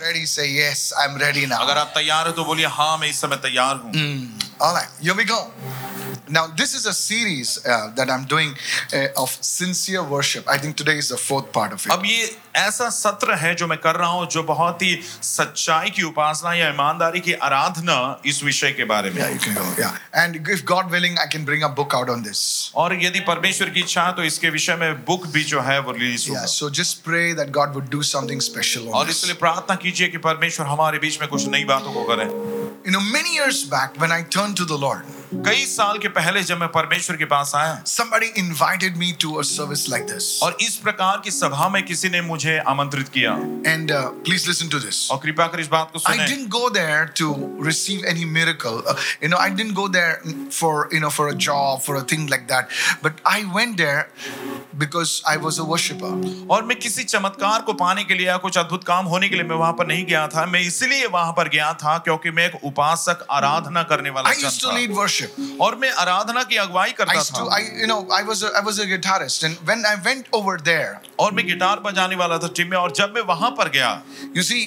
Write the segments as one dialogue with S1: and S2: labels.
S1: ready, say, Yes, I'm ready now.
S2: अगर आप तैयार हो तो बोलिए हाँ मैं इस समय तैयार हूँ
S1: All right, here we go. Now, this is a series uh, that I'm doing uh, of sincere worship. I think today is the fourth part of it.
S2: अब ये ऐसा सत्र है जो मैं कर रहा हूँ जो बहुत ही सच्चाई की उपासना या ईमानदारी की आराधना इस विषय के बारे में
S1: yeah, you can go. Yeah. And if God willing, I can bring a book out on this.
S2: और यदि परमेश्वर की इच्छा है तो इसके विषय में बुक भी जो है वो रिलीज
S1: Yeah,
S2: होगा
S1: so just pray that God would do something special on
S2: और
S1: this.
S2: इसलिए प्रार्थना कीजिए कि परमेश्वर हमारे बीच में कुछ नई बातों को करें
S1: You know, many years back when I turned to the Lord,
S2: कई साल के पहले जब मैं परमेश्वर के पास आया
S1: somebody invited me to a service like this.
S2: और इस प्रकार की सभा में किसी ने मुझे आमंत्रित किया
S1: And uh, please listen to this.
S2: और कृपा कर इस बात को
S1: I
S2: सुने
S1: didn't go there to receive any miracle. Uh, you know, I didn't go there for you know for a job for a thing like that. But I went there because I was a worshipper.
S2: और मैं किसी चमत्कार को पाने के लिए या कुछ अद्भुत काम होने के लिए मैं वहां पर नहीं गया था मैं इसलिए वहां पर गया था क्योंकि मैं एक उपासक आराधना करने वाला
S1: I
S2: जन
S1: used to lead
S2: था
S1: worship.
S2: और मैं आराधना की अगुवाई
S1: I
S2: करता
S1: used to
S2: था
S1: I you know I was a, I was a guitarist, and when I went over there,
S2: और मैं गिटार बजाने वाला था टीम में और जब मैं वहां पर गया
S1: you see,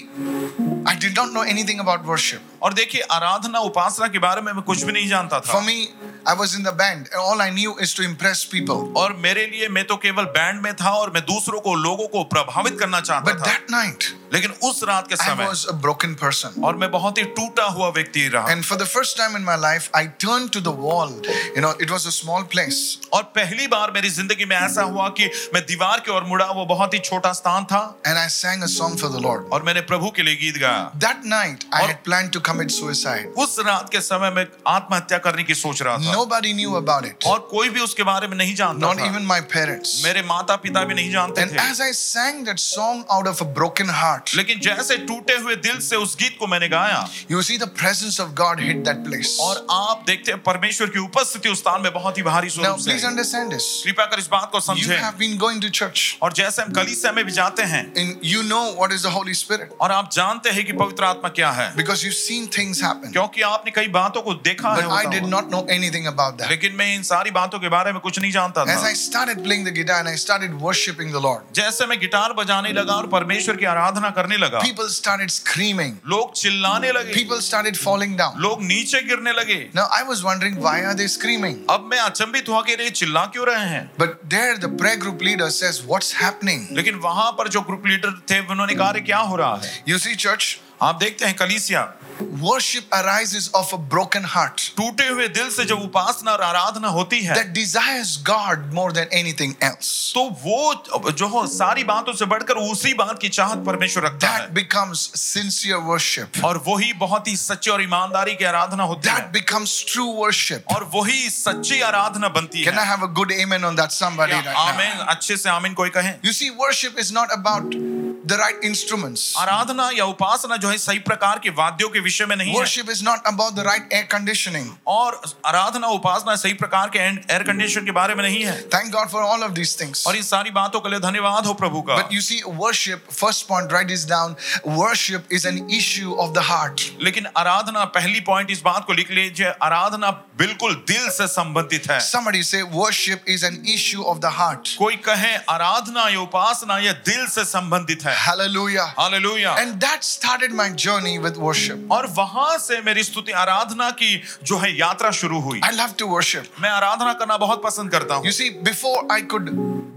S1: I did not know anything about worship.
S2: और देखिए आराधना उपासना के बारे में मैं कुछ भी नहीं जानता
S1: For
S2: था
S1: me, I was in the band, and all I knew is to impress people.
S2: और मेरे लिए मैं तो केवल बैंड में था और मैं दूसरों को लोगों को प्रभावित करना चाहता
S1: But
S2: था
S1: that night,
S2: लेकिन उस रात के
S1: I
S2: समय
S1: was a broken person.
S2: और मैं बहुत ही टूटा हुआ व्यक्ति रहा
S1: And for the first time in my life, I turned to the wall. You know, it was a small place.
S2: और पहली बार मेरी जिंदगी में ऐसा हुआ कि मैं दीवार की ओर मुड़ा वो बहुत ही छोटा स्थान था
S1: and I sang a song for the Lord.
S2: और मैंने प्रभु के लिए गीत गाया
S1: That night, I
S2: Or-
S1: had planned to commit suicide.
S2: उस रात के समय में आत्महत्या करने की सोच रहा था
S1: Nobody knew about it,
S2: और कोई भी उसके बारे में नहीं जानता
S1: not
S2: था
S1: even my parents.
S2: मेरे माता पिता भी नहीं जानते
S1: And
S2: थे
S1: as I sang that song out of a broken heart,
S2: लेकिन जैसे टूटे हुए दिल से उस गीत को मैंने गाया
S1: you see the presence of God hit that place.
S2: और आप देखते हैं परमेश्वर की उपस्थिति उस स्थान में बहुत ही भारी
S1: Now,
S2: स्वरूप से
S1: please
S2: है।
S1: understand this.
S2: कृपा कर इस बात को
S1: You
S2: समझें
S1: have been going to church,
S2: और जैसे हम कलीसिया में भी जाते हैं
S1: and you know what is the Holy Spirit
S2: और आप जानते हैं कि पवित्र आत्मा क्या है
S1: because you've seen things happen.
S2: क्योंकि आपने कई बातों को देखा है
S1: But I
S2: होता
S1: did
S2: हुआ।
S1: not know anything about that.
S2: लेकिन मैं इन सारी बातों के बारे में कुछ नहीं जानता
S1: As I
S2: था
S1: started playing the guitar and I started worshiping the Lord,
S2: जैसे मैं गिटार बजाने लगा और परमेश्वर की आराधना करने लगा
S1: people started screaming,
S2: लोग चिल्लाने लगे
S1: people started falling down.
S2: लोग नीचे गिरने लगे
S1: Now I was wondering why are they screaming?
S2: अब मैं अचंभित हुआ कि ये चिल्ला क्यों रहे हैं
S1: But there the prayer group leader says what's happening?
S2: लेकिन वहां पर जो ग्रुप लीडर थे उन्होंने कहा "अरे, क्या हो रहा है
S1: You see church,
S2: आप देखते हैं कलीसिया
S1: worship arises of a broken heart
S2: टूटे हुए दिल से जब उपासना और आराधना होती है
S1: that desires God more than anything else.
S2: तो वो जो हो सारी बातों से बढ़कर उसी बात की चाहत परमेश्वर रखता
S1: That
S2: है
S1: becomes sincere worship.
S2: और वही बहुत ही सच्ची और ईमानदारी की आराधना होती
S1: That
S2: है
S1: becomes true worship.
S2: और वही सच्ची आराधना बनती
S1: Can I
S2: है
S1: have a good amen on that somebody right now?
S2: आमीन अच्छे से आमीन कोई कहे
S1: You see worship is not about the right instruments.
S2: आराधना या उपासना जो है सही प्रकार के वाद्यों के विषय में नहीं है
S1: Worship is not about the right air conditioning.
S2: और आराधना उपासना सही प्रकार के एयर कंडीशन के बारे में नहीं है
S1: Thank God for all of these things.
S2: और इन सारी बातों के लिए धन्यवाद हो प्रभु का
S1: But you see, worship, first point, write this down. Worship is an issue of the heart.
S2: लेकिन आराधना पहली पॉइंट इस बात को लिख लीजिए आराधना बिल्कुल दिल से संबंधित है
S1: Somebody say, worship is an issue of the heart.
S2: कोई कहे आराधना या उपासना या दिल से संबंधित है
S1: Hallelujah.
S2: हालेलुया
S1: And that started my journey with worship.
S2: और वहां से मेरी स्तुति आराधना की जो है यात्रा शुरू हुई
S1: I love to worship.
S2: मैं आराधना करना बहुत पसंद करता हूँ
S1: You see, before I could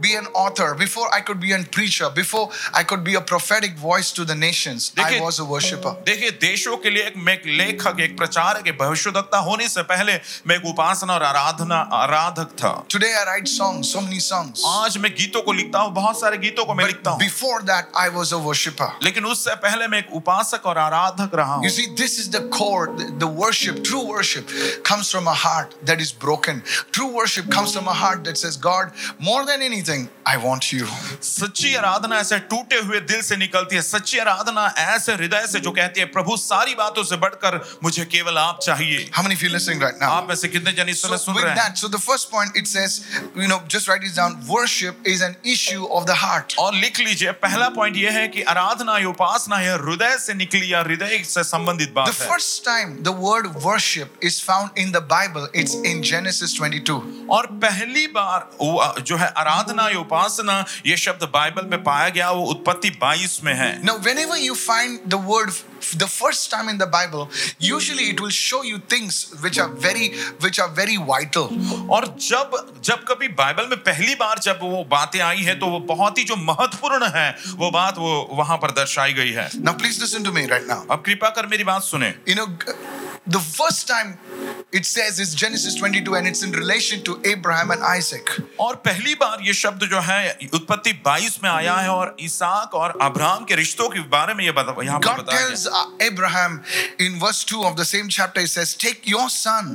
S1: be an author, before I could be a preacher, before I could be a prophetic voice to the nations, I
S2: देखिए-
S1: was a worshiper.
S2: देखिए देशों के लिए एक मैं एक लेखक एक प्रचारक एक भविष्यवक्ता होने से पहले मैं एक उपासना और आराधना आराधक था
S1: Today I write songs, so many songs.
S2: आज मैं गीतों को लिखता हूँ बहुत सारे गीतों को मैं लिखता हूँ
S1: Before that, I was a worshiper.
S2: लेकिन उससे पहले मैं एक उपासक और आराधक रहा हूँ
S1: You see, this is the core. The the worship, true worship, comes from a heart that is broken. True worship comes from a heart that says, God, more than anything, I want you.
S2: सच्ची आराधना ऐसे टूटे हुए दिल से निकलती है सच्ची आराधना ऐसे हृदय से
S1: Hmm.
S2: जो कहती है प्रभु सारी बातों से बढ़कर मुझे केवल आप चाहिए
S1: How many of you listening right now?
S2: आप में से कितने जन इस
S1: Hmm. So
S2: समय सुन
S1: with
S2: रहे हैं
S1: that, so the first point it says, you know, just write this down. Worship is an issue of the heart.
S2: और लिख लीजिए पहला पॉइंट यह है कि आराधना या उपासना यह हृदय से निकली या हृदय से संबंधित
S1: The
S2: बात है
S1: first time the word worship is found in the Bible, it's in Genesis 22.
S2: और पहली बार वो, जो है आराधना आराधना ये उपासना ये शब्द बाइबल में पाया गया वो उत्पत्ति 22 में है
S1: Now, whenever you find the word f- the first time in the Bible, usually it will show you things which are very, which are very vital.
S2: और जब जब कभी बाइबल में पहली बार जब वो बातें आई है तो वो बहुत ही जो महत्वपूर्ण है वो बात वो वहां पर दर्शाई गई है
S1: Now, please listen to me right now.
S2: अब कृपा कर मेरी बात सुने
S1: You know, g- the first time it says is Genesis 22, and it's in relation to Abraham and Isaac.
S2: और पहली बार ये शब्द जो है उत्पत्ति 22 में आया है और इसहाक और अब्राहम के रिश्तों के बारे में ये बता यहाँ पर
S1: God
S2: बताया गया है।
S1: tells uh, Abraham in verse 2 of the same chapter, He says, Take your son,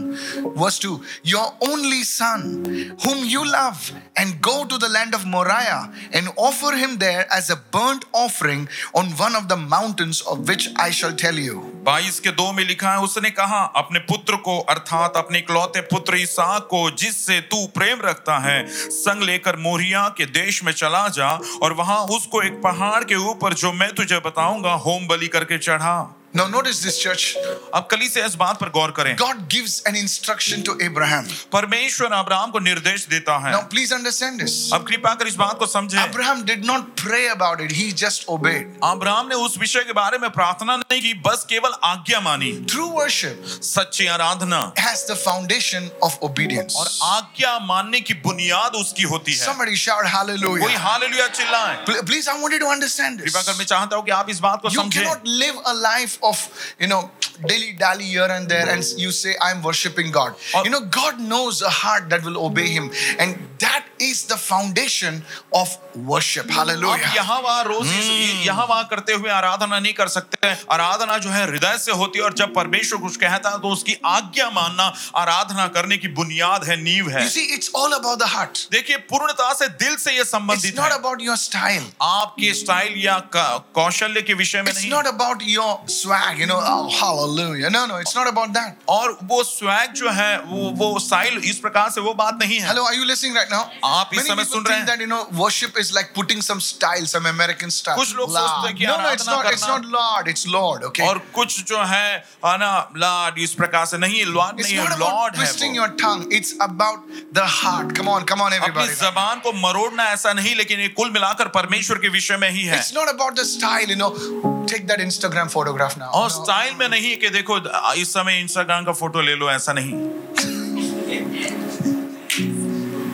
S1: verse 2, your only son, whom you love, and go to the land of Moriah and offer him there as a burnt offering on one of the mountains of which I shall tell you.
S2: 22 के दो में लिखा है उसने कहा अपने पुत्र को अर्थात अपने इकलौते पुत्र इसहाक को जिससे तू प्रेम रखता है संग लेकर मोरिया के देश में चला जा और वहां उसको एक पहाड़ के ऊपर जो मैं तुझे बताऊंगा होम बलि करके चढ़ा
S1: Now, notice this, church.
S2: अब कली से इस बात पर गौर करें
S1: God gives an instruction to Abraham.
S2: परमेश्वर अब्राहम को निर्देश देता है
S1: Now, please understand this.
S2: अब कृपा कर इस बात को समझे
S1: Abraham did not pray about it, he just obeyed.
S2: Abraham ने उस विषय के बारे में प्रार्थना नहीं की बस केवल आज्ञा मानी
S1: True worship
S2: सच्ची आराधना
S1: has the foundation of obedience.
S2: और आज्ञा मानने की बुनियाद उसकी होती है
S1: Somebody shout hallelujah.
S2: कोई हालेलुया चिल्लाए
S1: Pl- Please, I want you to understand this.
S2: कृपाकर मैं चाहता हूं कि आप इस बात को
S1: You
S2: समझें
S1: cannot live a life of, you know, dilly dally here and there, and you say, I'm worshiping God.
S2: Or-
S1: You know, God knows a heart that will obey Him, and that is the foundation of worship.
S2: आप
S1: Hallelujah. Hmm.
S2: यहाँ वहाँ रोज इस- यहाँ वहाँ करते हुए आराधना नहीं कर सकते हैं आराधना जो है हृदय से होती है और जब परमेश्वर कुछ कहता है तो उसकी आज्ञा मानना आराधना करने की बुनियाद है नींव है
S1: You see, it's all about the heart,
S2: देखिए पूर्णता से दिल से यह
S1: it's
S2: संबंधित
S1: not
S2: है
S1: about your style.
S2: आपके स्टाइल या क- कौशल्य के विषय में
S1: It's
S2: नहीं
S1: not about your swag, you know, oh, hallelujah. No, no, it's not about that.
S2: और वो स्वैग जो है वो वो स्टाइल इस प्रकार से वो बात नहीं है
S1: Hello, are you listening right now?
S2: आप इस
S1: Many
S2: समय
S1: people
S2: सुन
S1: think
S2: रहे हैं।
S1: that you know worship is like putting some style, some American style.
S2: कुछ लोग
S1: Lord.
S2: सोचते हैं कि
S1: no, no, it's
S2: Aradhana
S1: not. It's
S2: करना-
S1: not Lord. It's Lord. Okay.
S2: और कुछ जो है है ना लाड इस प्रकार से नहीं लॉर्ड
S1: it's
S2: नहीं
S1: not
S2: है
S1: about
S2: लॉर्ड है
S1: twisting
S2: वो।
S1: your tongue. It's about the heart. Come on, come on,
S2: अपनी
S1: everybody.
S2: जबान को मरोड़ना ऐसा नहीं लेकिन ये कुल मिलाकर परमेश्वर के विषय में ही है
S1: It's not about the style. You know, take that Instagram photograph now.
S2: और
S1: No.
S2: स्टाइल में नहीं कि देखो इस समय इंस्टाग्राम का फोटो ले लो ऐसा नहीं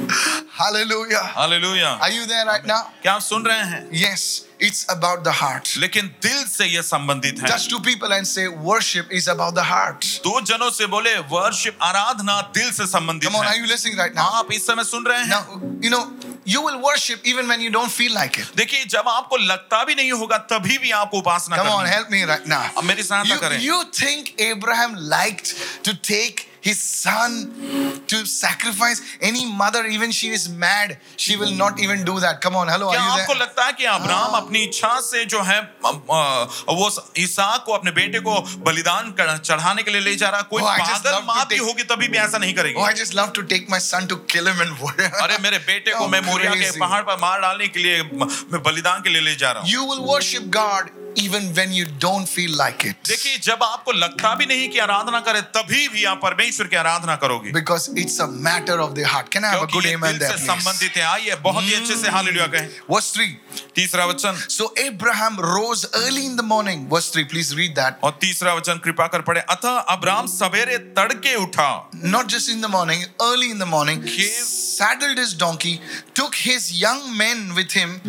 S1: Hallelujah.
S2: Hallelujah
S1: Are you there right now?
S2: क्या आप सुन रहे हैं
S1: Yes. It's about the heart.
S2: लेकिन दिल से यह संबंधित है
S1: Touch two people and say worship is about the heart.
S2: दो जनों से बोले वर्शिप आराधना दिल से संबंधित
S1: Come on, are
S2: है
S1: you listening right now?
S2: आप इस समय सुन रहे हैं
S1: Now, you know, you will worship even when you don't feel like it.
S2: देखिए जब आपको लगता भी नहीं होगा तभी भी आपको उपासना
S1: Come on,
S2: करनी है।
S1: help me right now.
S2: अब मेरी सहायता
S1: You,
S2: करें
S1: you think Abraham liked to take his son to sacrifice? Any mother, even she is mad, she will not even do that. Come on, hello,
S2: क्या
S1: are you
S2: आपको
S1: there?
S2: लगता है कि Abraham
S1: हाँ।
S2: अपनी इच्छा से जो है अ, अ, वो इसहाक को अपने बेटे को बलिदान कर- चढ़ाने के लिए ले जा रहा है कोई
S1: Oh, I just
S2: पागल
S1: love to
S2: माँ भी
S1: take-
S2: होगी तभी भी ऐसा नहीं
S1: Oh,
S2: करेगी
S1: I just love to take my son to kill him and
S2: अरे मेरे बेटे को
S1: Oh,
S2: मैं मोरिया के
S1: crazy.
S2: पहाड़ पर मार डालने के लिए म- मैं बलिदान के लिए ले जा रहा हूँ
S1: You will worship God even when you don't feel like it.
S2: देखिए जब आपको लगता भी नहीं कि आराधना करें तभी भी आप परमेश्वर की आराधना करोगे
S1: Because it's a matter of the heart. Can I have a
S2: क्योंकि
S1: good
S2: ये
S1: amen
S2: दिल
S1: there?
S2: से
S1: Please?
S2: संबंधित है आइए बहुत ही अच्छे
S1: Hmm।
S2: से हालेलुया कहें
S1: Verse 3.
S2: तीसरा वचन
S1: So Abraham rose early in the morning. Verse 3, please read that.
S2: और तीसरा वचन कृपा कर पड़े अतः अब्राहम सवेरे तड़के उठा
S1: Not just in the morning, early in the morning,
S2: Yes.
S1: saddled his donkey, took his young men with him,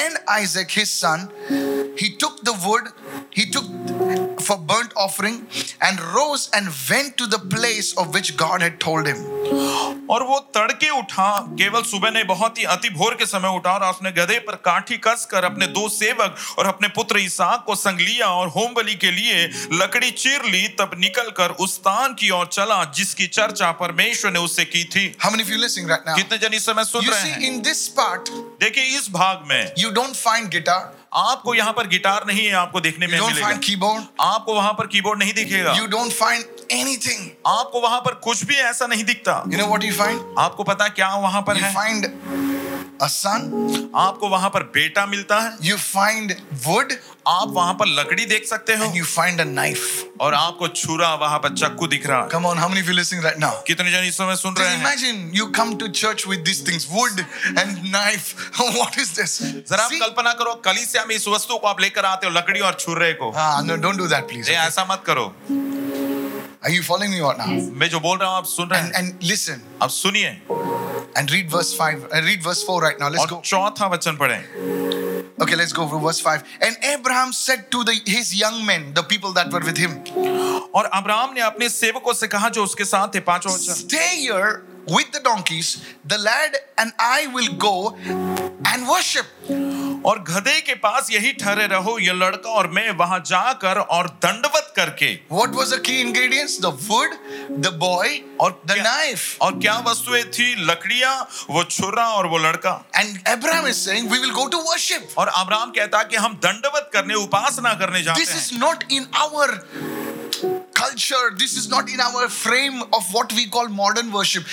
S1: and Isaac his son. He took the wood, he took for burnt offering, and rose and went to the place of which God had told him.
S2: और वो तड़के उठा केवल सुबह ने बहुत ही अति भोर के समय उठा और उसने गधे पर काठी कस कर अपने दो सेवक और अपने पुत्र इसहाक को संग लिया और होम बलि के लिए लकड़ी चीर ली तब निकल कर उस स्थान की ओर चला जिसकी चर्चा परमेश्वर ने उससे की थी
S1: How many of you listening right now?
S2: कितने जन इस समय सुन
S1: You
S2: रहे
S1: see,
S2: हैं
S1: in this part,
S2: देखिए इस भाग में
S1: you don't find guitar,
S2: आपको यहाँ पर गिटार नहीं है आपको देखने
S1: you
S2: में
S1: don't
S2: मिलेगा
S1: find keyboard,
S2: आपको वहां पर कीबोर्ड नहीं दिखेगा
S1: you don't find anything.
S2: आपको वहां पर कुछ भी ऐसा नहीं दिखता
S1: You know what you find?
S2: आपको पता है क्या वहां पर
S1: You
S2: है
S1: find a son,
S2: आपको वहां पर बेटा मिलता है
S1: you find wood,
S2: आप वहां पर लकड़ी देख सकते हो
S1: and you find a knife.
S2: और आपको छुरा वहां पर चाकू दिख रहा है
S1: Come on, how many of you listening right now?
S2: कितने जन इस समय सुन रहे
S1: Just
S2: हैं
S1: imagine you come to church with these things wood and knife. what is this?
S2: जरा आप
S1: See?
S2: कल्पना करो कलीसिया में इस वस्तु को आप लेकर आते हो लकड़ी और छुरे को
S1: Ah, no, don't do that, please.
S2: ये ऐसा मत करो
S1: Are you following me or not?
S2: मैं जो बोल रहा हूँ आप सुन रहे
S1: And,
S2: हैं
S1: and listen
S2: आप सुनिए
S1: and read verse 5 and read verse 4 right now. Let's
S2: और
S1: go.
S2: चौथा वचन पढ़े
S1: Okay, let's go from verse 5. And Abraham said to the, his young men, the people that were with him,
S2: और Abraham ने अपने सेवकों से कहा जो उसके साथ थे पांचों वचन
S1: Stay here with the donkeys, the lad and I will go and worship.
S2: और गधे के पास यही ठहरे रहो ये लड़का और मैं वहां जाकर और दंडवत करके
S1: What was the key ingredients? The wood, the boy,
S2: और
S1: the
S2: क्या-
S1: knife.
S2: और क्या वस्तुएं थी लकड़ियां वो छुरा और वो लड़का
S1: And Abraham is saying, We will go to worship.
S2: और अब्राहम कहता कि हम दंडवत करने उपासना करने जाते
S1: This
S2: हैं
S1: is not in our culture. This is not in our frame of what we call modern worship.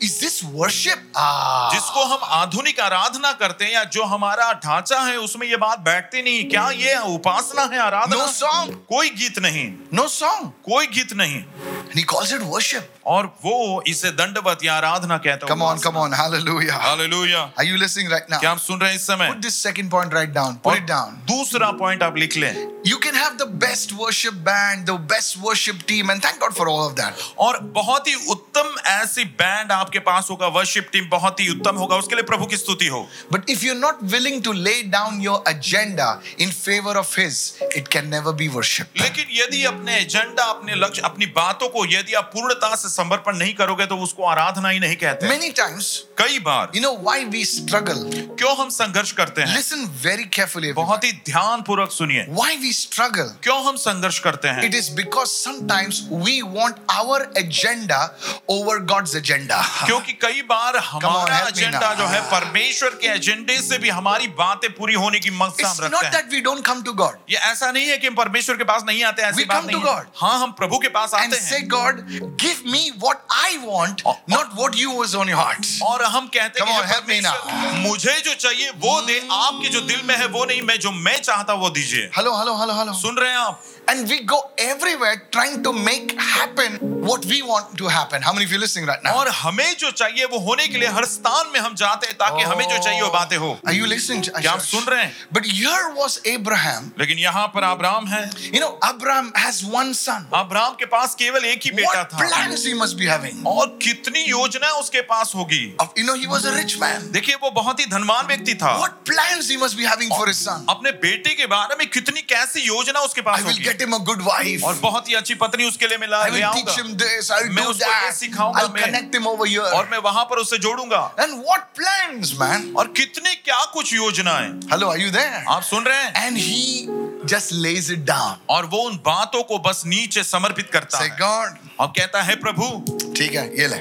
S1: Is this worship? Ah.
S2: जिसको हम आधुनिक आराधना करते हैं या जो हमारा ढांचा है उसमें ये बात बैठती नहीं क्या ये उपासना है आराधना
S1: No song.
S2: कोई गीत नहीं
S1: No song.
S2: कोई गीत नहीं
S1: And he calls it worship.
S2: और वो इसे दंडवत या आराधना कहता
S1: Come on, come on. Hallelujah.
S2: Hallelujah
S1: Are you listening right now?
S2: क्या आप सुन रहे हैं इस समय
S1: Put this second point right down. Put
S2: Oh.
S1: it down.
S2: दूसरा पॉइंट आप लिख लें
S1: You can have the best worship band, the best worship team, and thank God for all of that.
S2: और बहुत ही उत्तम ऐसी बैंड आपके पास होगा वर्शिप टीम बहुत ही उत्तम होगा उसके लिए प्रभु की स्तुति हो
S1: But if you're not willing to lay down your agenda in favor of His, it can never be worship.
S2: लेकिन यदि अपने एजेंडा अपने लक्ष्य अपनी बातों को यदि आप पूर्णता से समर्पण नहीं करोगे तो उसको आराधना ही नहीं कहते
S1: Many times,
S2: कई बार
S1: you know why we struggle.
S2: क्यों हम संघर्ष करते हैं
S1: Listen very carefully. everyone.
S2: बहुत ही ध्यान पूर्वक सुनिए
S1: Why we struggle?
S2: क्यों हम संघर्ष करते हैं
S1: It is because sometimes we want our agenda over God's agenda.
S2: क्योंकि कई बार हमारा
S1: help me
S2: एजेंडा
S1: now.
S2: जो है परमेश्वर के एजेंडे से भी हमारी बातें पूरी होने की मकसद
S1: It's
S2: हम
S1: not
S2: रखते हैं
S1: that we don't come to God
S2: ये ऐसा नहीं है कि हम परमेश्वर के पास नहीं आते ऐसी
S1: We
S2: बात
S1: come
S2: नहीं
S1: to
S2: है
S1: God.
S2: हाँ हम प्रभु के पास
S1: and
S2: आते
S1: say,
S2: हैं
S1: God, give me what I want,
S2: Oh, oh.
S1: not what you was on your heart.
S2: और हम कहते हैं
S1: Come
S2: कि
S1: on, help me now.
S2: परमेश्वर, मुझे जो चाहिए वो दे आपके जो दिल में है वो नहीं मैं जो मैं चाहता वो दीजिए
S1: Hello, hello, hello, hello.
S2: सुन रहे हैं आप
S1: And we go everywhere trying to make happen what we want to happen. How many of you listening right now?
S2: और हमें जो चाहिए वो होने के लिए हर स्थान में हम जाते हैं ताकि हमें जो चाहिए वो
S1: Oh.
S2: बातें हो
S1: Are you listening? To,
S2: क्या आप सुन रहे हैं?
S1: But here was Abraham.
S2: लेकिन यहाँ पर अब्राम है
S1: You know, Abraham has one son.
S2: Abram के पास केवल एक ही बेटा
S1: What
S2: था
S1: plans he must be having?
S2: और कितनी योजना उसके पास होगी
S1: Of- You know, he was a rich man.
S2: देखिए वो बहुत ही धनवान व्यक्ति था
S1: What plans he must be having for his son?
S2: अपने बेटे के बारे में कितनी कैसी योजना उसके
S1: I
S2: पास
S1: will
S2: होगी
S1: get him a good wife.
S2: और बहुत ही अच्छी पत्नी उसके लिए मिला
S1: I
S2: ले
S1: will teach
S2: आऊंगा
S1: him this. I will
S2: मैं
S1: do
S2: उसको ये
S1: that.
S2: सिखाऊंगा,
S1: I'll
S2: मैं-
S1: connect him over here.
S2: और मैं वहां पर उसे जोड़ूंगा
S1: And what plans, man?
S2: और कितने क्या कुछ योजनाएं
S1: Hello, are you there?
S2: आप सुन रहे हैं
S1: And he just lays it down.
S2: और वो उन बातों को बस नीचे समर्पित करता
S1: Say,
S2: है
S1: God,
S2: और कहता है प्रभु
S1: ठीक है ये ले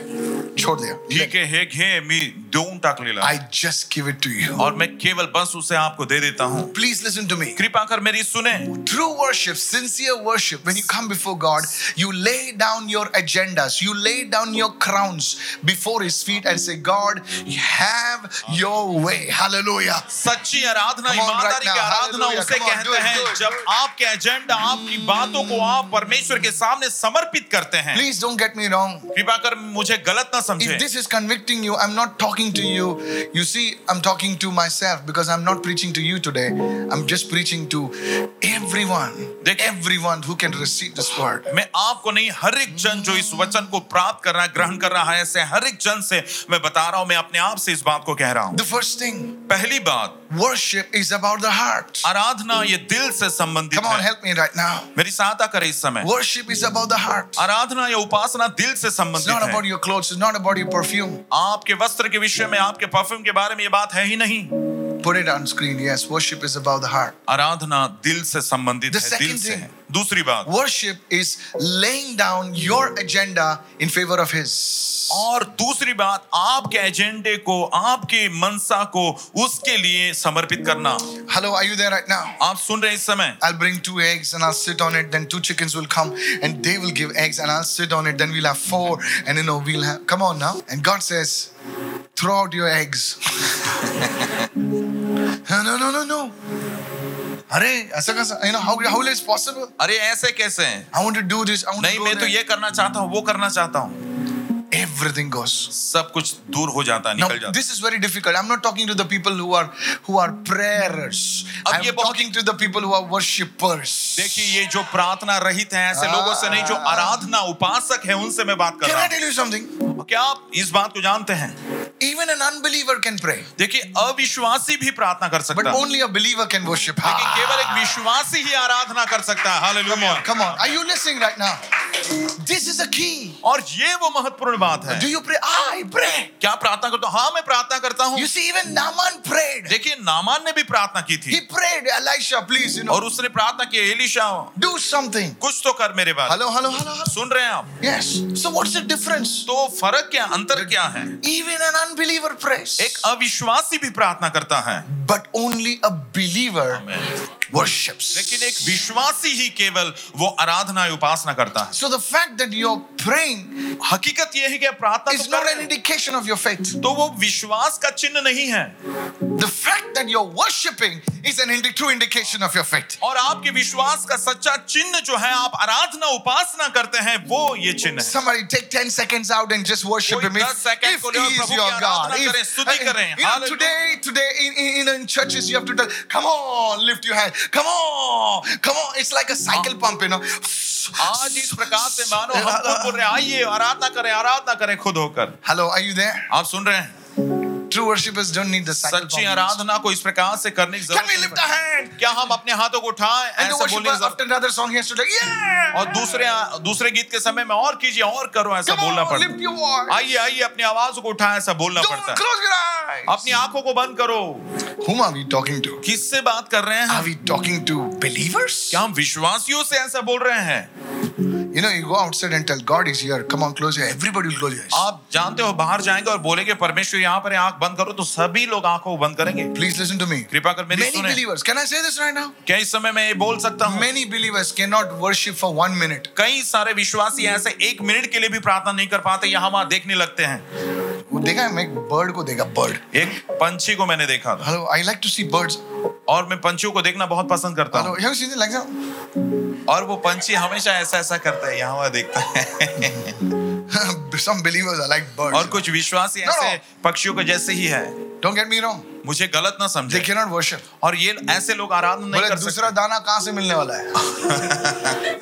S1: छोड़ दिया
S2: ठीक है हे घे मी देऊन टाकलेला
S1: I just give it to you.
S2: और मैं केवल बस उसे आपको दे देता हूँ
S1: Please listen to me.
S2: कृपा कर मेरी सुने
S1: True worship, sincere worship, when you come before God, you lay down your agendas, you lay down your crowns before His feet and say, God, have your way. Hallelujah.
S2: सच्ची आराधना
S1: Come on, right
S2: ईमानदारी की
S1: now.
S2: आराधना
S1: Hallelujah.
S2: उसे
S1: Come on, do
S2: कहते
S1: it,
S2: हैं
S1: do it,
S2: जब
S1: do it.
S2: आपके agenda आपकी बातों को आप परमेश्वर के सामने समर्पित करते हैं
S1: Please don't get me wrong.
S2: कृपा कर मुझे गलत ना समझे
S1: If this is convicting you, I'm not talking to you. You see, I'm talking to myself because I'm not preaching to you today. I'm just preaching to everyone,
S2: Dekhi-
S1: everyone who can receive this word.
S2: मैं आपको नहीं हर एक जन जो इस वचन को प्राप्त कर रहा है ग्रहण कर रहा है ऐसे हर एक जन से मैं बता रहा हूं मैं अपने आप से इस बात को कह रहा हूं
S1: The first thing
S2: पहली बात
S1: Worship is about the heart.
S2: आराधना ये दिल से संबंधित
S1: Come on,
S2: है
S1: help me right now.
S2: मेरी सहायता करें इस समय
S1: Worship is about the heart.
S2: आराधना या उपासना दिल से
S1: It's
S2: संबंधित
S1: not about
S2: है
S1: your clothes, it's not about your perfume.
S2: आपके वस्त्र के विषय में आपके परफ्यूम के बारे में ये बात है ही नहीं
S1: Put it on screen. Yes, worship is about the heart.
S2: आराधना दिल से संबंधित
S1: The
S2: है दिल
S1: second
S2: से
S1: thing-
S2: है दूसरी बात
S1: Worship is laying down your agenda in favor of His.
S2: और दूसरी बात आपके एजेंडे को आपके मनसा को उसके लिए समर्पित करना
S1: Hello, are you there right now?
S2: आप सुन रहे हैं इस समय
S1: I'll bring two eggs and I'll sit on it. Then two chickens will come and they will give eggs and I'll sit on it. Then we'll have four and you know, we'll have. Come on now. And God says, throw out your eggs. no, no, no, no, no. अरे ऐसा कैसा you know how how is possible
S2: अरे ऐसे कैसे हैं
S1: I want to do this I want
S2: नहीं मैं तो ये करना चाहता हूँ वो करना चाहता हूँ
S1: एवरीथिंग गोस
S2: सब कुछ दूर हो जाता है
S1: Now,
S2: निकल जाता है
S1: this is very difficult. I'm not talking to the people who are who are prayers.
S2: अब ये
S1: I'm
S2: बहुत-
S1: talking to the people who are worshippers.
S2: देखिए ये जो प्रार्थना रहित है ऐसे
S1: हाँ।
S2: लोगों से नहीं जो आराधना उपासक है उनसे मैं बात कर
S1: Can
S2: रहा
S1: I tell you something?
S2: हूँ क्या आप इस बात को जानते हैं
S1: Even an unbeliever can pray,
S2: देखिए अविश्वासी भी प्रार्थना कर
S1: but
S2: सकता है
S1: only a believer can worship.
S2: लेकिन
S1: Ah,
S2: केवल एक विश्वासी ही आराधना कर सकता है hallelujah
S1: Come on, are you listening right now? This is the key.
S2: और ये वो महत्वपूर्ण बात है
S1: Do you pray? I pray.
S2: क्या प्रार्थना करता हूँ हाँ मैं प्रार्थना करता हूँ
S1: You see, even Naaman prayed.
S2: देखिए नामान ने भी प्रार्थना की
S1: He
S2: थी
S1: prayed, Elisha, please, you know,
S2: और उसने प्रार्थना की एलिशा
S1: do something.
S2: कुछ तो कर मेरे बात
S1: Hello, hello, hello, hello.
S2: सुन रहे हैं आप
S1: Yes. So what's the difference?
S2: तो फर्क क्या अंतर क्या है
S1: Even an unbeliever prays,
S2: एक अविश्वासी भी प्रार्थना करता है
S1: but only a believer worships.
S2: लेकिन एक विश्वासी ही केवल वो आराधना या उपासना करता है
S1: So the fact that you're praying
S2: हकीकत यह है कि आप प्रार्थना
S1: is
S2: तो कर
S1: not an
S2: रहे हो,
S1: indication of your faith.
S2: तो वो विश्वास का चिन्ह नहीं है
S1: The fact that you're worshiping is an indi- true indication of your faith.
S2: और आपके विश्वास का सच्चा चिन्ह जो है आप आराधना उपासना करते हैं वो ये चिन्ह है
S1: Somebody take 10 seconds out and just worship
S2: कोई
S1: him. If,
S2: 10 second
S1: if he
S2: को ले और
S1: is
S2: प्रभु की
S1: your God.
S2: आराधना
S1: If-
S2: करें, स्तुति
S1: you know,
S2: करें। हालेलुया।
S1: today, today in, in, in- in churches, you have to tell, come on, lift your hand. Come on, come on. It's like a cycle pump, you know.
S2: आज इस प्रकार से मानो हम लोग बोल रहे हैं, आइए आराधना करें आराधना करें खुद होकर
S1: Hello, are you there?
S2: आप सुन रहे हैं
S1: True worshippers don't need the cycle
S2: सच्ची
S1: pump.
S2: आराधना को इस प्रकार से करने की
S1: Can we
S2: जरूरत
S1: lift our hand?
S2: नहीं। क्या हम अपने हाथों को उठाएं
S1: And the
S2: ऐसा
S1: worshiper
S2: बोलने की जरूरत
S1: after another song, he has to like, yeah.
S2: और दूसरे दूसरे गीत के समय में और कीजिए और करो ऐसा
S1: Come
S2: बोलना
S1: on,
S2: पड़ता है
S1: lift your voice.
S2: आइए आइए अपनी आवाज को उठाएं ऐसा बोलना
S1: Don't
S2: पड़ता है
S1: close your eyes.
S2: अपनी आंखों को बंद करो
S1: Whom are we talking to?
S2: किससे बात कर रहे हैं
S1: Are we talking to believers?
S2: क्या हम विश्वासियों से ऐसा बोल रहे हैं
S1: You know, you go outside and tell God is here. Come on, close your eyes. Everybody will close your eyes.
S2: आप जानते हो बाहर जाएंगे और बोलेंगे परमेश्वर यहाँ पर है, आंख बंद करो तो सभी लोग आंखों को बंद करेंगे
S1: Please listen to me.
S2: कृपा कर मेरी
S1: Many
S2: सुने
S1: believers, can I say this right now?
S2: क्या इस समय मैं ये बोल सकता हूँ
S1: Many believers cannot worship for one minute.
S2: कई सारे विश्वासी ऐसे एक मिनट के लिए भी प्रार्थना नहीं कर पाते यहाँ वहां देखने लगते हैं
S1: वो देखा है मैं एक बर्ड को देखा बर्ड
S2: एक पंछी को मैंने देखा था
S1: hello I like to see birds hello
S2: और मैं पंछियों को देखना बहुत पसंद करता हूँ
S1: यू सी लाइक दैट
S2: और वो पंछी हमेशा ऐसा ऐसा करता है यहाँ वहां देखता है
S1: सम बिलीवर्स आई लाइक
S2: और
S1: बर्ड्स
S2: कुछ विश्वासी ऐसे पक्षियों के जैसे ही है
S1: डोंट गेट मी रॉन्ग
S2: मुझे गलत ना
S1: दे
S2: समझे
S1: कैन नॉट वर्शिप
S2: और ये ऐसे लोग आराधना नहीं
S1: बोले
S2: कर सकते
S1: दूसरा दाना कहां से मिलने वाला है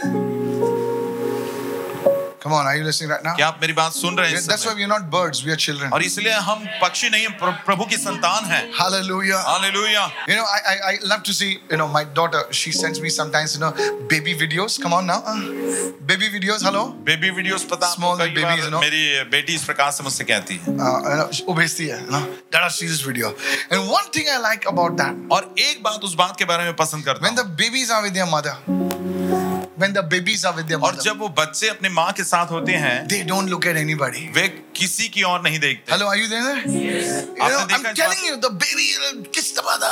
S1: come on are you listening right now
S2: क्या आप मेरी बात सुन रहे हैं इस
S1: That's why
S2: समय?
S1: we are not birds, we are children.
S2: और इसलिए हम पक्षी नहीं हैं, प्र- प्रभु की संतान हैं
S1: Hallelujah.
S2: Hallelujah
S1: You know, I, I I love to see, you know, my daughter, she sends me sometimes, you know, baby videos. Come on now. Uh, baby videos, hello.
S2: Baby videos पता आपको
S1: Small
S2: कई
S1: babies,
S2: bar
S1: you know.
S2: मेरी बेटी इस प्रकार से मुझसे कहती है
S1: Uh, you know, वो भेजती है, you know, Dada, see this video. And one thing I like about that,
S2: और एक बात उस बात के बारे में पसंद करता
S1: when
S2: हूँ
S1: the babies are with their mother, when the babies are with their
S2: और
S1: mother,
S2: जब वो बच्चे अपने माँ के साथ होते हैं
S1: they don't look at anybody.
S2: वे किसी की ओर नहीं देखते
S1: Hello, are you there? Yes. You know,
S2: आपने देखा
S1: I'm
S2: इस
S1: telling you, the baby will kiss the mother,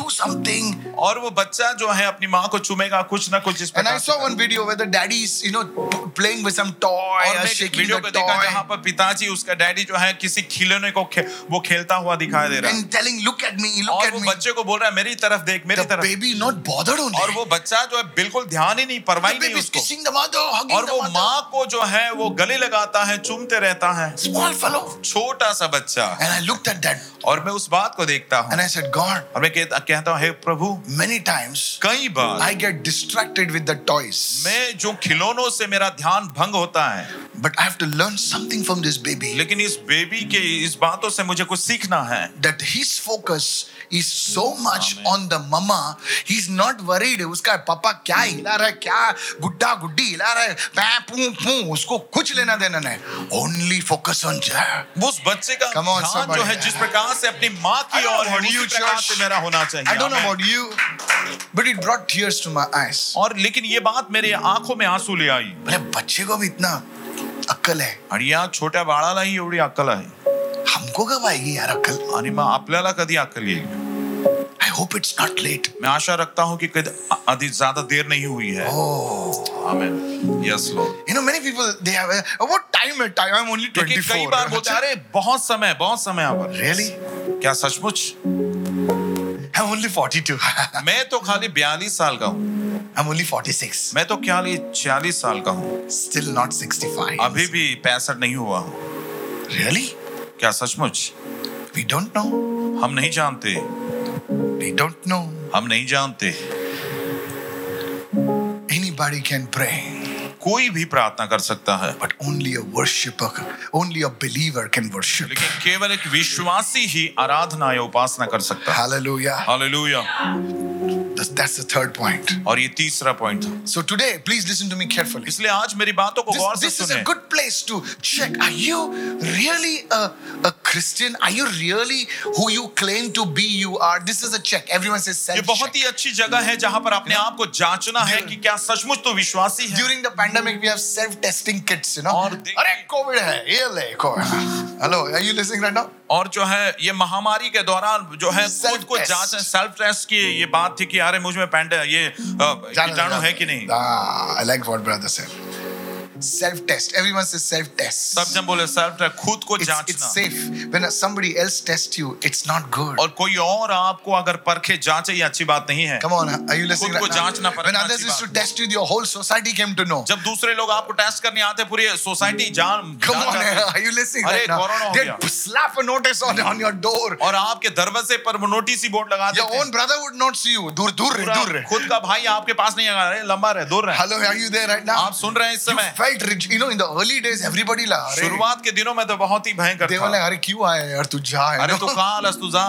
S1: do something.
S2: और वो बच्चा जो है अपनी माँ को चूमेगा कुछ ना कुछ इस
S1: And I
S2: प्रकार से
S1: saw one video where the daddy's, you know, p- playing with some toy
S2: और
S1: or
S2: मैं एक
S1: shaking
S2: वीडियो
S1: the
S2: को देखा जहाँ
S1: toy
S2: पर पिताजी उसका डैडी जो है किसी खिलौने को खे, वो खेलता हुआ दिखाई दे रहा है
S1: and telling, "Look at me, look
S2: और
S1: at
S2: वो
S1: me."
S2: बच्चे को बोल रहा है मेरी तरफ देख मेरी
S1: The
S2: तरफ
S1: baby not bothered only.
S2: और वो बच्चा जो है बिल्कुल ध्यान ही नहीं
S1: The
S2: परवाही नहीं
S1: baby is
S2: उसको
S1: kissing the mother, hugging
S2: और
S1: the
S2: वो
S1: mother.
S2: माँ को जो है वो गले लगाता है चूमते रहता है
S1: Small fellow.
S2: छोटा सा बच्चा
S1: And I looked at that
S2: और मैं उस बात को देखता हूँ
S1: and I said, God,
S2: और मैं कहता कहता हूँ हे प्रभु
S1: many times
S2: कई बार
S1: I get distracted with the toys,
S2: मैं जो खिलौनों से मेरा ध्यान भंग होता है
S1: but I have to learn something from this baby
S2: लेकिन इस बेबी के इस बातों से मुझे कुछ सीखना है
S1: that his focus is so much on the mama he's not worried उसका पापा क्या हिला रहा है क्या गुड्डा गुड्डी हिला रहा है मैं पू पू उसको कुछ लेना देना नहीं only focus on her
S2: उस बच्चे का
S1: Come on,
S2: ध्यान जो
S1: somebody.
S2: है जिस प्रकार से अपनी माँ
S1: I
S2: की
S1: don't
S2: ओर है
S1: know about
S2: उसी
S1: you,
S2: प्रकार
S1: church.
S2: से मेरा होना
S1: I don't know
S2: चाहिए
S1: about you but it brought tears to my eyes
S2: और लेकिन ये बात मेरे आंखों में आंसू ले आई
S1: बोले बच्चे को भी इतना अक्कल है
S2: आणि या छोट्या बाळालाही एवढी अक्कल आहे
S1: हमको कब आएगी यार अक्कल
S2: आणि मग आपल्याला कधी अक्कल येईल
S1: I hope it's not late
S2: मैं आशा रखता हूँ कि कद- आधी ज्यादा देर नहीं हुई है amen yes Lord
S1: Oh, You know, many people they have a, "Oh, what time it time? I'm only
S2: लेकिन
S1: 24.
S2: कई बार बोलते हैं, अरे बहुत समय बहुत समय यहाँ पर
S1: Really?
S2: क्या सचमुच
S1: I'm I'm only 42.
S2: मैं तो खाली बयालीस साल का हूँ
S1: I'm only 46.
S2: मैं तो खाली छियालीस साल का हूँ
S1: Still not 65.
S2: अभी भी पैंसठ नहीं हुआ हूँ
S1: Really?
S2: क्या सचमुच
S1: We don't know.
S2: हम नहीं जानते
S1: We don't know.
S2: हम नहीं जानते
S1: Anybody can pray,
S2: कोई भी प्रार्थना कर सकता है
S1: but only a worshiper, only a believer can worship.
S2: लेकिन केवल एक विश्वासी ही आराधना या उपासना कर सकता है
S1: Hallelujah.
S2: Hallelujah
S1: That's that's the third point.
S2: और ये तीसरा पॉइंट था
S1: So today, please listen to me carefully.
S2: इसलिए आज मेरी बातों को गौर
S1: This,
S2: से
S1: this is
S2: सुने
S1: a good place to check. Are you really a, a Christian? Are you really who you claim to be? You are. This is a check. Everyone says
S2: ये
S1: self
S2: बहुत
S1: check.
S2: ही अच्छी जगह है जहां पर अपने आप को जांचना है कि क्या सचमुच तो विश्वासी है
S1: During the pandemic, we have self testing kits, you know.
S2: और देखिए-
S1: अरे COVID है, ये ले COVID. Hello, are you listening right now?
S2: और जो है ये महामारी के दौरान जो है खुद को
S1: Self-test.
S2: जांच सेल्फ टेस्ट की ये बात थी कि अरे मुझ में पैंड ये अ,
S1: जाना
S2: कीटाणु
S1: जाना।
S2: है कि नहीं
S1: Ah, I like what brother said. Self test. Everyone says self test.
S2: सब जन बोले सेल्फ टेस्ट खुद को
S1: It's, it's
S2: जांचना
S1: safe. When somebody else tests you, it's not good.
S2: और कोई और आपको अगर परखे जांचे ये अच्छी बात नहीं है
S1: Come on, are you listening?
S2: खुद को
S1: right now?
S2: जांचना परखना
S1: When others
S2: अच्छी
S1: used to
S2: बात
S1: test you, your whole society came to know.
S2: जब दूसरे लोग आपको टेस्ट करने आते पूरी सोसाइटी जान
S1: Mm. Come
S2: जान
S1: on,
S2: जाती है।
S1: are you listening
S2: अरे,
S1: right
S2: कोरोना
S1: now?
S2: हो
S1: They'd
S2: गया।
S1: slap a notice on, on your door.
S2: और आपके दरवाजे पर वो नोटिस ही बोर्ड लगा
S1: Your
S2: देते
S1: own
S2: हैं।
S1: brother would not see you. दूर दूर रहे,
S2: पूरा
S1: दूर रहे.
S2: खुद का भाई आपके पास नहीं आ रहा है लंबा रहे दूर रहे
S1: Hello, are you there right
S2: आप
S1: now?
S2: सुन रहे हैं इस समय
S1: Felt rich. You know, in the early days, everybody la. "अरे,
S2: शुरुआत के दिनों में तो बहुत ही भयंकर
S1: They were
S2: था
S1: like, अरे क्यों आया यार तू जा you
S2: अरे
S1: know?
S2: तू कहाँ आलस तू जा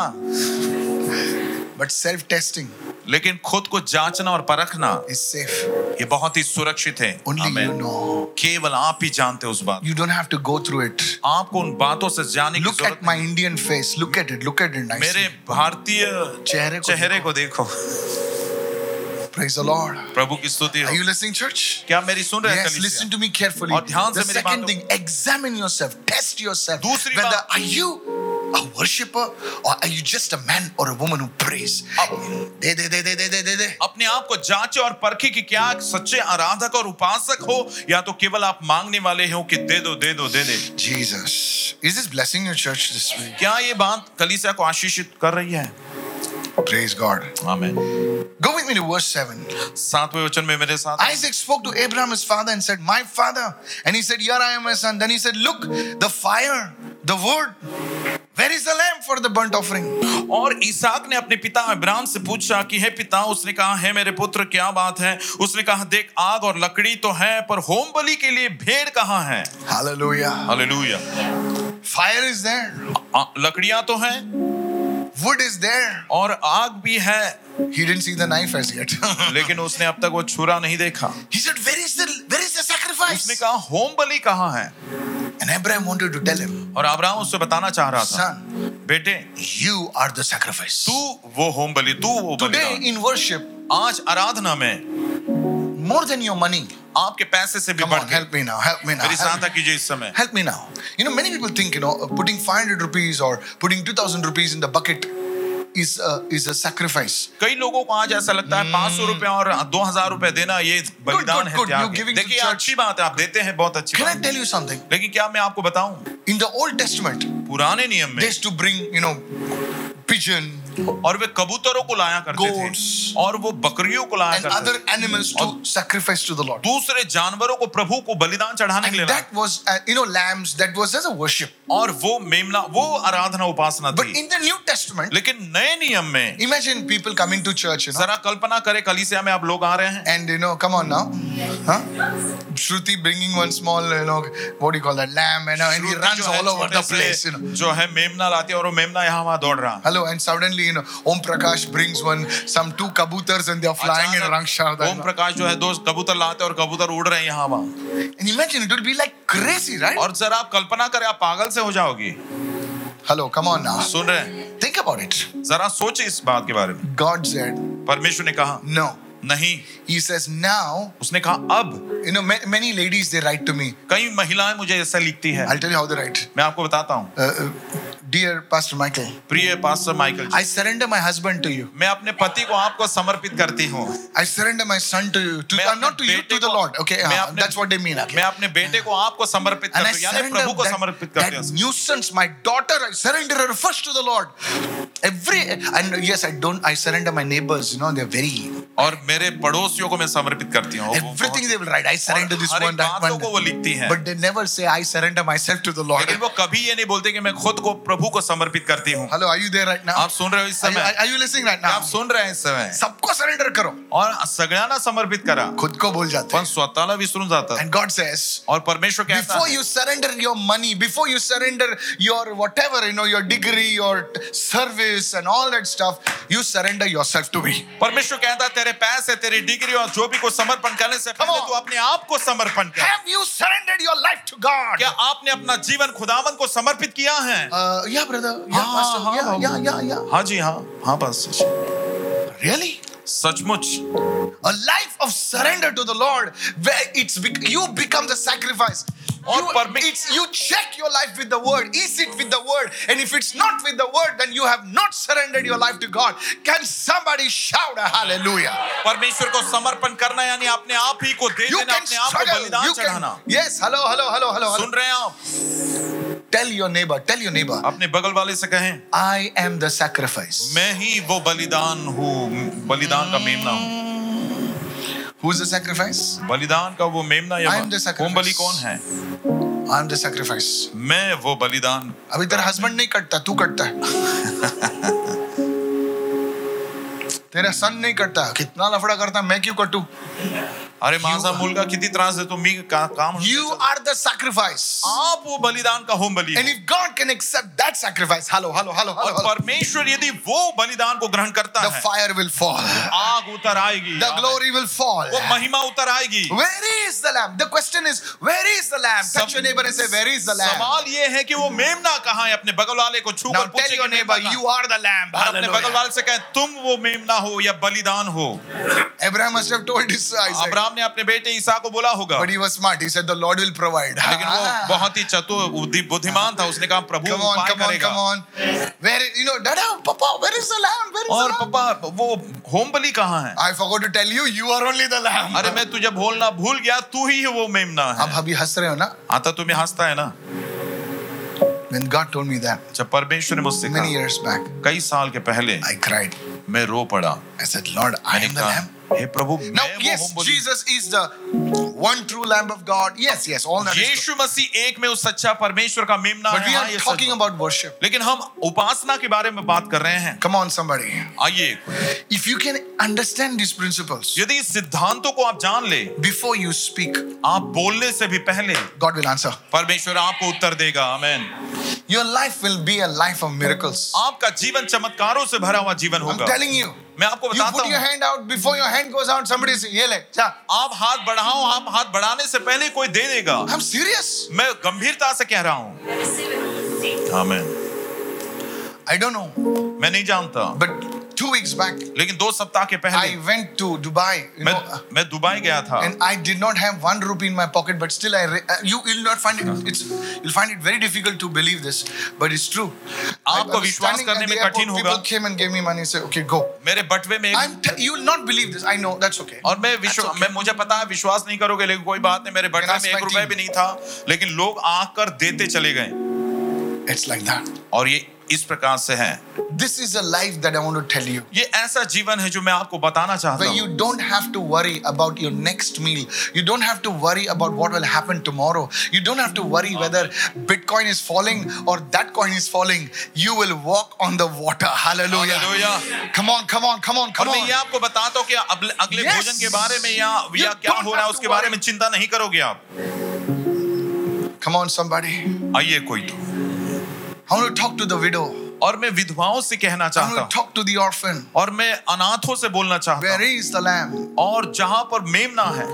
S1: But self-testing
S2: लेकिन खुद को जांचना और परखना
S1: is safe.
S2: ये बहुत ही सुरक्षित है
S1: Only you
S2: Amen.
S1: know.
S2: केवल आप ही जानते हो उस बात
S1: You don't have to go through it.
S2: आपको उन बातों से जाने की
S1: Look
S2: जरूरत
S1: at my Indian face. Look at it. Look at it
S2: नहीं। मेरे
S1: nicely.
S2: भारतीय
S1: चेहरे को
S2: चेहरे को देखो
S1: Praise the Lord.
S2: प्रभु की स्तुति
S1: Are
S2: हो
S1: you listening, church?
S2: क्या मेरी सुन रहे हैं
S1: Yes,
S2: कलीसिया?
S1: listen to me carefully.
S2: और ध्यान
S1: The
S2: से मेरी
S1: second
S2: बातों-
S1: thing, examine yourself, test yourself.
S2: दूसरी
S1: Whether
S2: बात-
S1: are you a worshipper or are you just a man or a woman who prays?
S2: अब-
S1: दे दे दे दे दे दे दे दे.
S2: अपने आप को जांचे और परखे कि क्या आप सच्चे आराधक और उपासक हो या तो केवल आप मांगने वाले हो कि दे दो दे दो दे दे
S1: Jesus, is this blessing your church this week?
S2: क्या ये बात कलीसिया को आशीषित कर रही है
S1: Praise God.
S2: Amen
S1: Go with me to verse seven.
S2: सातवें वचन में मेरे साथ
S1: Isaac spoke to Abraham, his father, and said, My father. And he said, Here I am, my son. Then he said, Look, the fire, the wood. Where is the lamb for the burnt offering?
S2: और Isaac ने अपने पिता Abram से पूछा कि हे पिता उसने कहा है मेरे पुत्र क्या बात है उसने कहा देख आग और लकड़ी तो है पर होम बलि के लिए भेड़ कहाँ है
S1: Hallelujah.
S2: Hallelujah
S1: Fire is there,
S2: आ- लकड़ियां तो हैं
S1: wood is there.
S2: और आग भी है
S1: He didn't see the knife as yet.
S2: लेकिन उसने अब तक वो छुरा नहीं देखा
S1: he said, Where is the where is the
S2: उसने
S1: sacrifice?
S2: कहा होम बलि कहाँ है
S1: And Abraham wanted to tell him,
S2: और अब्राहम उससे बताना चाह रहा था
S1: Son,
S2: बेटे
S1: you are the sacrifice.
S2: तू वो होम बलि तू वो
S1: Today
S2: बलिदान
S1: in worship,
S2: आज आराधना में
S1: more than your money.
S2: आपके पैसे से भी
S1: Come
S2: बढ़
S1: on,
S2: के
S1: help me now. Help me now.
S2: मेरी
S1: Help me.
S2: सहायता कीजिए इस समय
S1: Help me now. You know, many people think you know putting 500 rupees or putting 2,000 rupees in the bucket is a, is a sacrifice.
S2: कई लोगों को आज ऐसा लगता है पांच सौ रुपए और दो हजार रुपए देना ये बलिदान
S1: Hmm. good, good.
S2: है त्याग
S1: You're
S2: है।
S1: giving to
S2: देखिए
S1: church.
S2: अच्छी बात है आप देते हैं बहुत अच्छी
S1: Can
S2: बात
S1: I tell you something?
S2: है। लेकिन क्या मैं आपको बताऊं
S1: In the Old Testament,
S2: पुराने नियम
S1: they
S2: में
S1: used to bring you know pigeon
S2: और वे कबूतरों को लाया करते
S1: Goats.
S2: थे और वो बकरियों को लाया
S1: and
S2: करते
S1: other
S2: थे
S1: animals to sacrifice to the Lord.
S2: दूसरे जानवरों को प्रभु को बलिदान चढ़ाने के लिए
S1: And
S2: लाया
S1: that was, uh, you know, lambs, that was as a worship.
S2: और वो मेमना वो आराधना उपासना
S1: But
S2: थी
S1: in the New Testament,
S2: लेकिन नए नियम में
S1: imagine people coming to church, you know,
S2: जरा कल्पना करें कलीसिया में आप लोग आ रहे हैं
S1: and you know, come on now. Huh? Shruti bringing one small, you know, what do you call that, lamb, and, uh, and he
S2: Shruti
S1: runs
S2: जो है
S1: all over the
S2: छोटे
S1: place,
S2: से
S1: you know.
S2: जो है मेमना लाती है और वो मेमना यहाँ वहाँ दौड़ रहा है
S1: Hello, and suddenly, you know, Om Prakash brings one, some two kabutars, and they're flying in Rang Sharda. you
S2: Om Prakash जो है दो कबूतर लाते हैं और कबूतर उड़ रहे हैं यहाँ वहाँ
S1: know. And imagine, it would be like crazy, right?
S2: और जरा आप कल्पना करें आप पागल से हो जाओगी
S1: Hello, come on now.
S2: सुन रहे हैं
S1: Think about it.
S2: जरा सोचिए इस बात के बारे में
S1: God said,
S2: परमेश्वर ने कहा
S1: no.
S2: नहीं
S1: He says, now,
S2: उसने कहा अब
S1: you know, ma- many ladies, they write to me.
S2: कई महिलाएं मुझे ऐसा लिखती है
S1: I'll tell you how they write.
S2: मैं आपको बताता हूँ
S1: Uh, dear Pastor Michael,
S2: प्रिय pastor Michael ji,
S1: I surrender my husband to you.
S2: मैं अपने पति को आपको समर्पित करती हूँ
S1: I surrender my son to you. To,
S2: मैं
S1: uh,
S2: अपने
S1: not to you,
S2: बेटे
S1: to the
S2: को-
S1: Lord. Okay,
S2: मैं
S1: uh,
S2: अपने-
S1: that's what they mean. Okay.
S2: मैं अपने बेटे को आपको समर्पित
S1: And
S2: करती
S1: I
S2: हूँ यानी
S1: surrender
S2: प्रभु को
S1: that,
S2: समर्पित
S1: that
S2: करती हूँ
S1: nuisance, my daughter, I surrender her first to the Lord. Every and yes, I don't. I surrender my neighbors. You know, they're very
S2: और मेरे पड़ोसियों को मैं समर्पित करती हूँ और वो
S1: everything
S2: बहुत-
S1: they will write. I
S2: और
S1: surrender this
S2: हर एक
S1: one, that
S2: बातों को वो
S1: one.
S2: लिखती हैं
S1: But they never say I surrender myself to the Lord.
S2: लेकिन वो कभी ये नहीं बोलते कि मैं खुद को प्रभु को समर्पित करती हूँ
S1: Hello, are you there right now?
S2: आप सुन रहे हो इस
S1: Are you,
S2: समय
S1: are you listening right
S2: आप
S1: now?
S2: सुन रहे हैं इस समय
S1: सबको सरेंडर करो
S2: और सगळ्यांना समर्पित करा
S1: खुद को भूल जाते
S2: पण
S1: हैं
S2: स्वतःला विसरून जातात
S1: and God says
S2: और परमेश्वर कहता
S1: before
S2: है
S1: you surrender your money before you surrender your whatever you know your degree your t- service and all that stuff you surrender yourself to me
S2: परमेश्वर कहता है तेरे पैसे तेरी डिग्री और जो भी को समर्पण करने से पहले
S1: on.
S2: तू अपने आप को समर्पण कर
S1: have you surrendered your life to God
S2: क्या आपने अपना जीवन खुदावन को समर्पित किया है
S1: uh, yeah brother yeah
S2: हाँ,
S1: pastor
S2: हाँ,
S1: yeah,
S2: हाँ,
S1: yeah yeah yeah
S2: हाँ जी हाँ हाँ बस
S1: really
S2: सचमुच
S1: a life of surrender to the Lord where it's bec- you become the sacrifice
S2: और
S1: you,
S2: Parme-
S1: it's, you check your life with the word is it with the word and if it's not with the word then you have not surrendered your life to God can somebody shout a hallelujah
S2: परमेश्वर को समर्पण करना यानी अपने आप ही को दे
S1: you
S2: देना
S1: can
S2: अपने आप को
S1: struggle
S2: बलिदान
S1: you can
S2: चढ़ाना
S1: yes hello hello hello hello, hello.
S2: सुन रहे हैं आप
S1: tell your neighbor tell your neighbor
S2: अपने बगल वाले से कहें
S1: I am the sacrifice
S2: मैं ही वो बलिदान हूँ बलिदान का मेमना हूँ
S1: who's the sacrifice
S2: बलिदान का वो मेमना या
S1: I am the sacrifice.
S2: होम बलि कौन है
S1: I'm the sacrifice
S2: मैं वो बलिदान
S1: अभी तेरा हस्बैंड नहीं कटता तू कटता है तेरा सन नहीं कटता कितना लफड़ा करता मैं क्यों कटू
S2: अरे माझा मुलगा किती त्रास देतो मी का, काम
S1: यू आर द sacrifice
S2: आप वो बलिदान का होम बलि
S1: and
S2: हो।
S1: if god can accept that sacrifice hello hello hello
S2: और
S1: hello, hello
S2: परमेश्वर यदि वो बलिदान को ग्रहण करता
S1: the
S2: है
S1: fire will fall
S2: आग उतर आएगी
S1: the glory will fall
S2: वो महिमा उतर आएगी
S1: where is the lamb the question is where is the lamb touch your neighbor and say where is the lamb
S2: सवाल ये है कि वो मेमना कहाँ है अपने बगल वाले को छू
S1: now
S2: कर
S1: tell
S2: पूछे
S1: your
S2: कि
S1: neighbor
S2: मेमना
S1: you are the lamb
S2: कहाँ है? और अपने बगल
S1: Hallelujah.
S2: वाले से कहे तुम वो मेमना हो या बलिदान हो
S1: abraham must have told his isaac
S2: Abraham ने अपने बेटे ईसा को बोला होगा
S1: but he was smart he said the lord will provide Ah,
S2: लेकिन वो बहुत ही चतुर बुद्धि- बुद्धिमान था उसने कहा प्रभु
S1: Come on,
S2: उपाय
S1: come on,
S2: करेगा
S1: come on. Where you know, Dada, Papa, where is the lamb? Where is
S2: और
S1: the lamb?
S2: पापा वो होम बलि कहाँ है
S1: I forgot to tell you, you are only the lamb.
S2: अरे मैं तुझे बोलना भूल गया तू ही वो मेमना
S1: अब
S2: है
S1: अभी हंस रहे हो ना?
S2: आता तुम्हें हंसता है ना
S1: When God told me that
S2: जब परमेश्वर ने मुझसे
S1: many
S2: कहा
S1: years back,
S2: कई साल के पहले
S1: I cried.
S2: मैं रो पड़ा
S1: I said, Lord, I
S2: मैंने
S1: am the lamb.
S2: कहा हे प्रभु
S1: Now,
S2: मैं वो
S1: yes,
S2: होम बलि
S1: Jesus is the one true Lamb of God. Yes, yes, all that is true.
S2: यीशु मसीह एक में उस सच्चा परमेश्वर का मेमना
S1: But
S2: है
S1: we
S2: हाँ,
S1: are
S2: ये सच
S1: talking about worship.
S2: लेकिन हम उपासना के बारे में बात कर रहे हैं
S1: Come on, somebody.
S2: आइए
S1: If you can understand these principles
S2: यदि इस सिद्धांतों को आप जान ले
S1: before you speak,
S2: आप बोलने से भी पहले
S1: God will answer.
S2: परमेश्वर आपको उत्तर देगा आमेन
S1: Your life will be a life of miracles.
S2: आपका जीवन चमत्कारों से भरा हुआ जीवन
S1: I'm
S2: होगा
S1: telling you.
S2: मैं आपको
S1: You put
S2: बताता
S1: your
S2: हूँ
S1: hand out before your hand goes out. Somebody say, "ये ले, जा."
S2: आप हाथ बढ़ाओ आप हाथ बढ़ाने से पहले कोई दे देगा
S1: I'm serious.
S2: मैं गंभीरता से कह रहा हूँ आमेन
S1: I don't know,
S2: मैं नहीं जानता
S1: but two weeks back,
S2: लेकिन दो सप्ताह के
S1: I
S2: पहले
S1: went to Dubai, you
S2: मैं
S1: know, uh,
S2: मैं दुबई गया था
S1: and I did not have one rupee in my pocket. But still, I re- uh, you will not find it. It's you'll find it very difficult to believe this, but it's true. I- I
S2: आपको
S1: was
S2: विश्वास
S1: standing at
S2: करने
S1: the
S2: में
S1: airport,
S2: कठिन होगा।
S1: People came and gave me money. Say, okay, go.
S2: मेरे बटवे में एक-
S1: I'm. T- you will not believe this. I know. That's okay.
S2: और मैं विश्व
S1: That's okay.
S2: मैं मुझे पता है विश्वास नहीं करोगे लेकिन कोई बात नहीं मेरे बटवे
S1: ask
S2: में एक
S1: my
S2: रुपया
S1: team.
S2: भी नहीं था लेकिन लोग आकर देते चले गए
S1: It's like that.
S2: और ये इस प्रकार से है
S1: This is a life that I want to tell you.
S2: ये ऐसा जीवन है जो मैं आपको बताना चाहता
S1: where
S2: हूँ
S1: you don't have to worry about your next meal. You don't have to worry about what will happen tomorrow. You don't have to worry whether Bitcoin is falling or that coin is falling. You will walk on the water. Hallelujah.
S2: Hallelujah.
S1: Come on, come on, come on,
S2: और
S1: come
S2: मैं ये
S1: on.
S2: आपको बताता हूँ कि अगले अगले
S1: Yes.
S2: भोजन के बारे में या
S1: You
S2: या क्या
S1: don't
S2: हो रहा है
S1: have to
S2: उसके बारे
S1: worry.
S2: में चिंता नहीं करोगे आप
S1: Come on, somebody.
S2: आइए कोई तो
S1: I want to talk to the widow.
S2: और मैं विधवाओं से कहना
S1: I
S2: चाहता
S1: want to
S2: हूँ
S1: talk to the orphan.
S2: और मैं अनाथों से बोलना चाहता
S1: Where
S2: हूँ
S1: is the lamb?
S2: और जहाँ पर मेमना है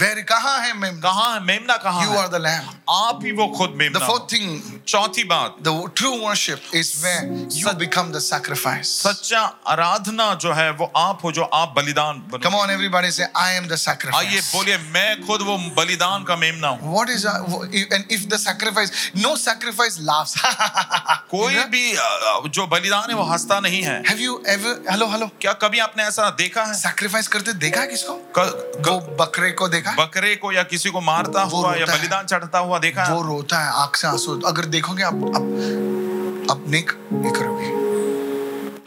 S1: Where kaha hai mem?
S2: कहाँ है मेमना कहाँ
S1: You
S2: है
S1: are the lamb.
S2: आप ही वो खुद
S1: The
S2: मेमना हो।
S1: fourth thing,
S2: चौथी बात
S1: the true worship is where you become the sacrifice.
S2: सच्चा आराधना जो है वो आप हो जो आप बलिदान बनो
S1: Come on, everybody say, I am the sacrifice.
S2: आइए बोलिए मैं खुद वो बलिदान का मेमना हूँ
S1: What is our, wh- and if the sacrifice, no sacrifice laughs.
S2: कोई
S1: You know?
S2: भी अ, जो बलिदान है वो हंसता नहीं है
S1: Have you ever, hello, hello,
S2: क्या कभी आपने ऐसा देखा है
S1: sacrifice करते देखा है किसको?
S2: क-
S1: वो
S2: क-
S1: बकरे को देखा है?
S2: बकरे को या किसी को मारता
S1: वो
S2: हुआ या
S1: रोता है।
S2: बलिदान चढ़ता हुआ देखा है
S1: वो रोता है आंख से आंसू अगर देखोगे आप आप आप नेक ये करोगे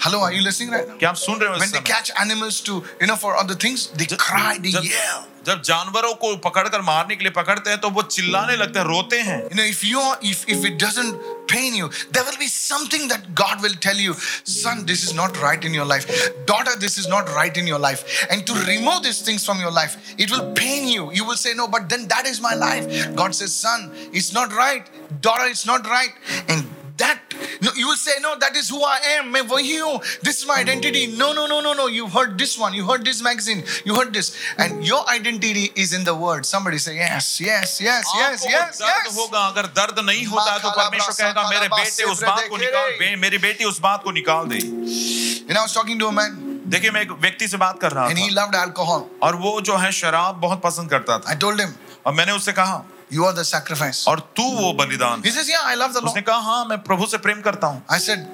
S1: Hello, are you listening right now?
S2: क्या आप सुन रहे हो
S1: When
S2: इस
S1: they
S2: समय?
S1: catch animals to, you know, for other things, they cry, they
S2: जब,
S1: yell.
S2: जब जानवरों को पकड़कर मारने के लिए पकड़ते हैं तो वो चिल्लाने लगते हैं रोते हैं
S1: You know, if you're, if, if it doesn't pain you, there will be something that God will tell you, son, this is not right in your life. Daughter, this is not right in your life. And to remove these things from your life, it will pain you. You will say, no, but then that is my life. God says, son, it's not right. Daughter, it's not right. And that, no, you will say, no, that is who I am. मैं वही हूँ. This is my identity. No, no, no, no, no. You heard this one. You heard this magazine. You heard this. And your identity is in the word. Somebody say, yes, yes, yes, yes,
S2: आपको वो
S1: yes,
S2: दर्द
S1: yes.
S2: होगा अगर दर्द नहीं होता तो
S1: माखा
S2: परमेश्वर
S1: लाब्रा
S2: कहेगा
S1: साखा लाब्रा
S2: मेरे बेटे उस
S1: सेब्रे
S2: बात को
S1: देखे
S2: निकाल
S1: रे।
S2: बे- मेरी बेटी उस बात को निकाल दे
S1: You know, I was talking to a man
S2: देखिए मैं एक व्यक्ति से बात कर रहा
S1: and he
S2: था
S1: loved alcohol.
S2: और वो जो है शराब बहुत पसंद करता था
S1: I told him,
S2: और मैंने उससे कहा
S1: You are the sacrifice.
S2: और तू वो बलिदान
S1: He says, Yeah, I love the
S2: उसने
S1: Lord.
S2: कहा हाँ मैं प्रभु से प्रेम करता हूँ
S1: I said,